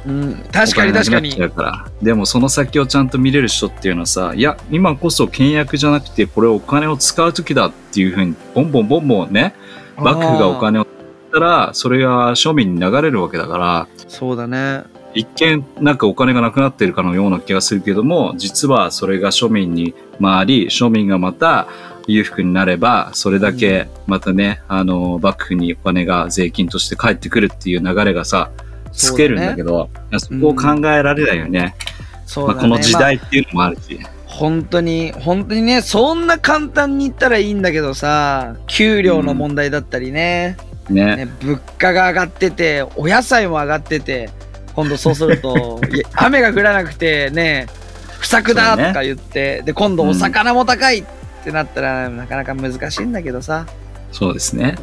Speaker 2: うん、確かに確か
Speaker 1: お
Speaker 2: に
Speaker 1: 金なくなっちゃうからでもその先をちゃんと見れる人っていうのはさいや今こそ倹約じゃなくてこれお金を使う時だっていうふうにボンボンボンボンね幕府がお
Speaker 2: あ
Speaker 1: 金を使ったらそれが庶民に流れるわけだから
Speaker 2: ーそうだね
Speaker 1: 一見なんかお金がなくなってるかのような気がするけども実はそれが庶民に回り庶民がまた裕福になればそれだけまたね、あの幕府にお金が税金として返ってくるっていう流れがさつけるんだけどそ,、こを考えられないよね。
Speaker 2: そう
Speaker 1: ま
Speaker 2: だ
Speaker 1: あ、
Speaker 2: ね、
Speaker 1: この時
Speaker 2: まあ
Speaker 1: 代っていうのもあるし、
Speaker 2: 本当に本当にねそんな簡単に言ったらいいんだけどさ給料の問題だったりね、
Speaker 1: ね
Speaker 2: ね、物価が上がっててお野菜も上がってて今度そうする といや雨が降らなくてね不作だ
Speaker 1: そう
Speaker 2: と
Speaker 1: ね
Speaker 2: か言って、で今度
Speaker 1: うん
Speaker 2: お魚も高いってなったら、なかなか難しいんだけどさ、
Speaker 1: そうですね。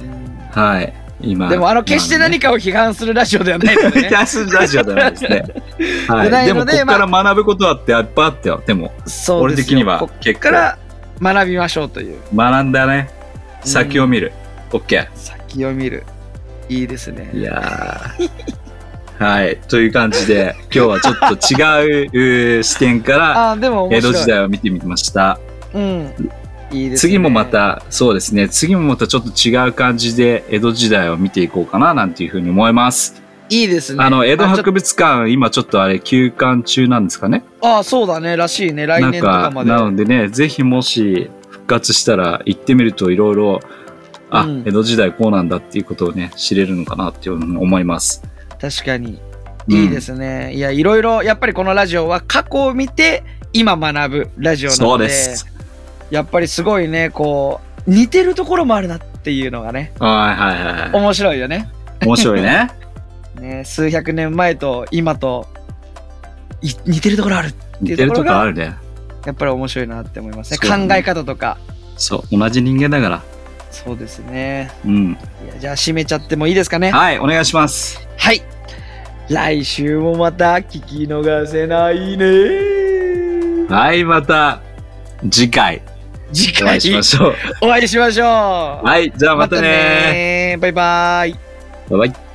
Speaker 2: うん
Speaker 1: はい。今。
Speaker 2: でもあの決して何
Speaker 1: か、
Speaker 2: かを批判するラジオではないので、ね、
Speaker 1: 出すラジオ じゃないですね。は。
Speaker 2: じゃないい
Speaker 1: でも、
Speaker 2: の
Speaker 1: こ
Speaker 2: で
Speaker 1: こから学ぶことはっていっぱいあったよ。でも、
Speaker 2: そう
Speaker 1: 俺
Speaker 2: ですよ
Speaker 1: 的には
Speaker 2: こ
Speaker 1: 結
Speaker 2: こか
Speaker 1: 構
Speaker 2: ら学びましょうという
Speaker 1: 学んだね。先を見る。オッケ
Speaker 2: 先を見るいいですね
Speaker 1: ー。いやー はい。という感じで、今日はちょっと違ううー視点から、
Speaker 2: あーでも面
Speaker 1: 江
Speaker 2: 白
Speaker 1: 戸
Speaker 2: い
Speaker 1: 時代を見てみました。
Speaker 2: うんいいですね
Speaker 1: 次もまた、そうですね。次もまたちょっと違う感じで、江戸時代を見ていこうかな、なんていうふうに思います。
Speaker 2: いいですね
Speaker 1: あの江戸
Speaker 2: あちょっと
Speaker 1: 博物館今ちょっとあれ休館中なんですかね
Speaker 2: ああそうだねらしいね来年とかまで
Speaker 1: なんかなのでねぜひもし復活したら行ってみるといろいろあ、
Speaker 2: うん
Speaker 1: 江戸時代こうなんだっていうことをね知れるのかなっていうふうに思います、
Speaker 2: 確かに
Speaker 1: うん
Speaker 2: いいですね、いやいろいろやっぱりこのラジオは過去を見て今学ぶラジオな
Speaker 1: そ
Speaker 2: の
Speaker 1: う
Speaker 2: で
Speaker 1: です。
Speaker 2: やっぱりすごいねこう似てるところもあるなっていうのがね
Speaker 1: はいはいは
Speaker 2: 面白いよね
Speaker 1: い。面白い ね。
Speaker 2: ね数百年前と今とい似てるところある
Speaker 1: 似てるとこあるね。
Speaker 2: やっぱり面白いなって思いますね
Speaker 1: そうだね
Speaker 2: 考え方とか
Speaker 1: そう、同じ人間だから。
Speaker 2: そうですね
Speaker 1: うん。
Speaker 2: いやじゃあ締めちゃってもいいですかね
Speaker 1: はい、お願いします。
Speaker 2: はい。来週もまた聞き逃せないね。
Speaker 1: はい、また次回
Speaker 2: 次
Speaker 1: お
Speaker 2: 回
Speaker 1: 会いしましょう。
Speaker 2: お会いしましょう。
Speaker 1: はい、じゃあまたね
Speaker 2: ね。バイバイ。
Speaker 1: バイバイ。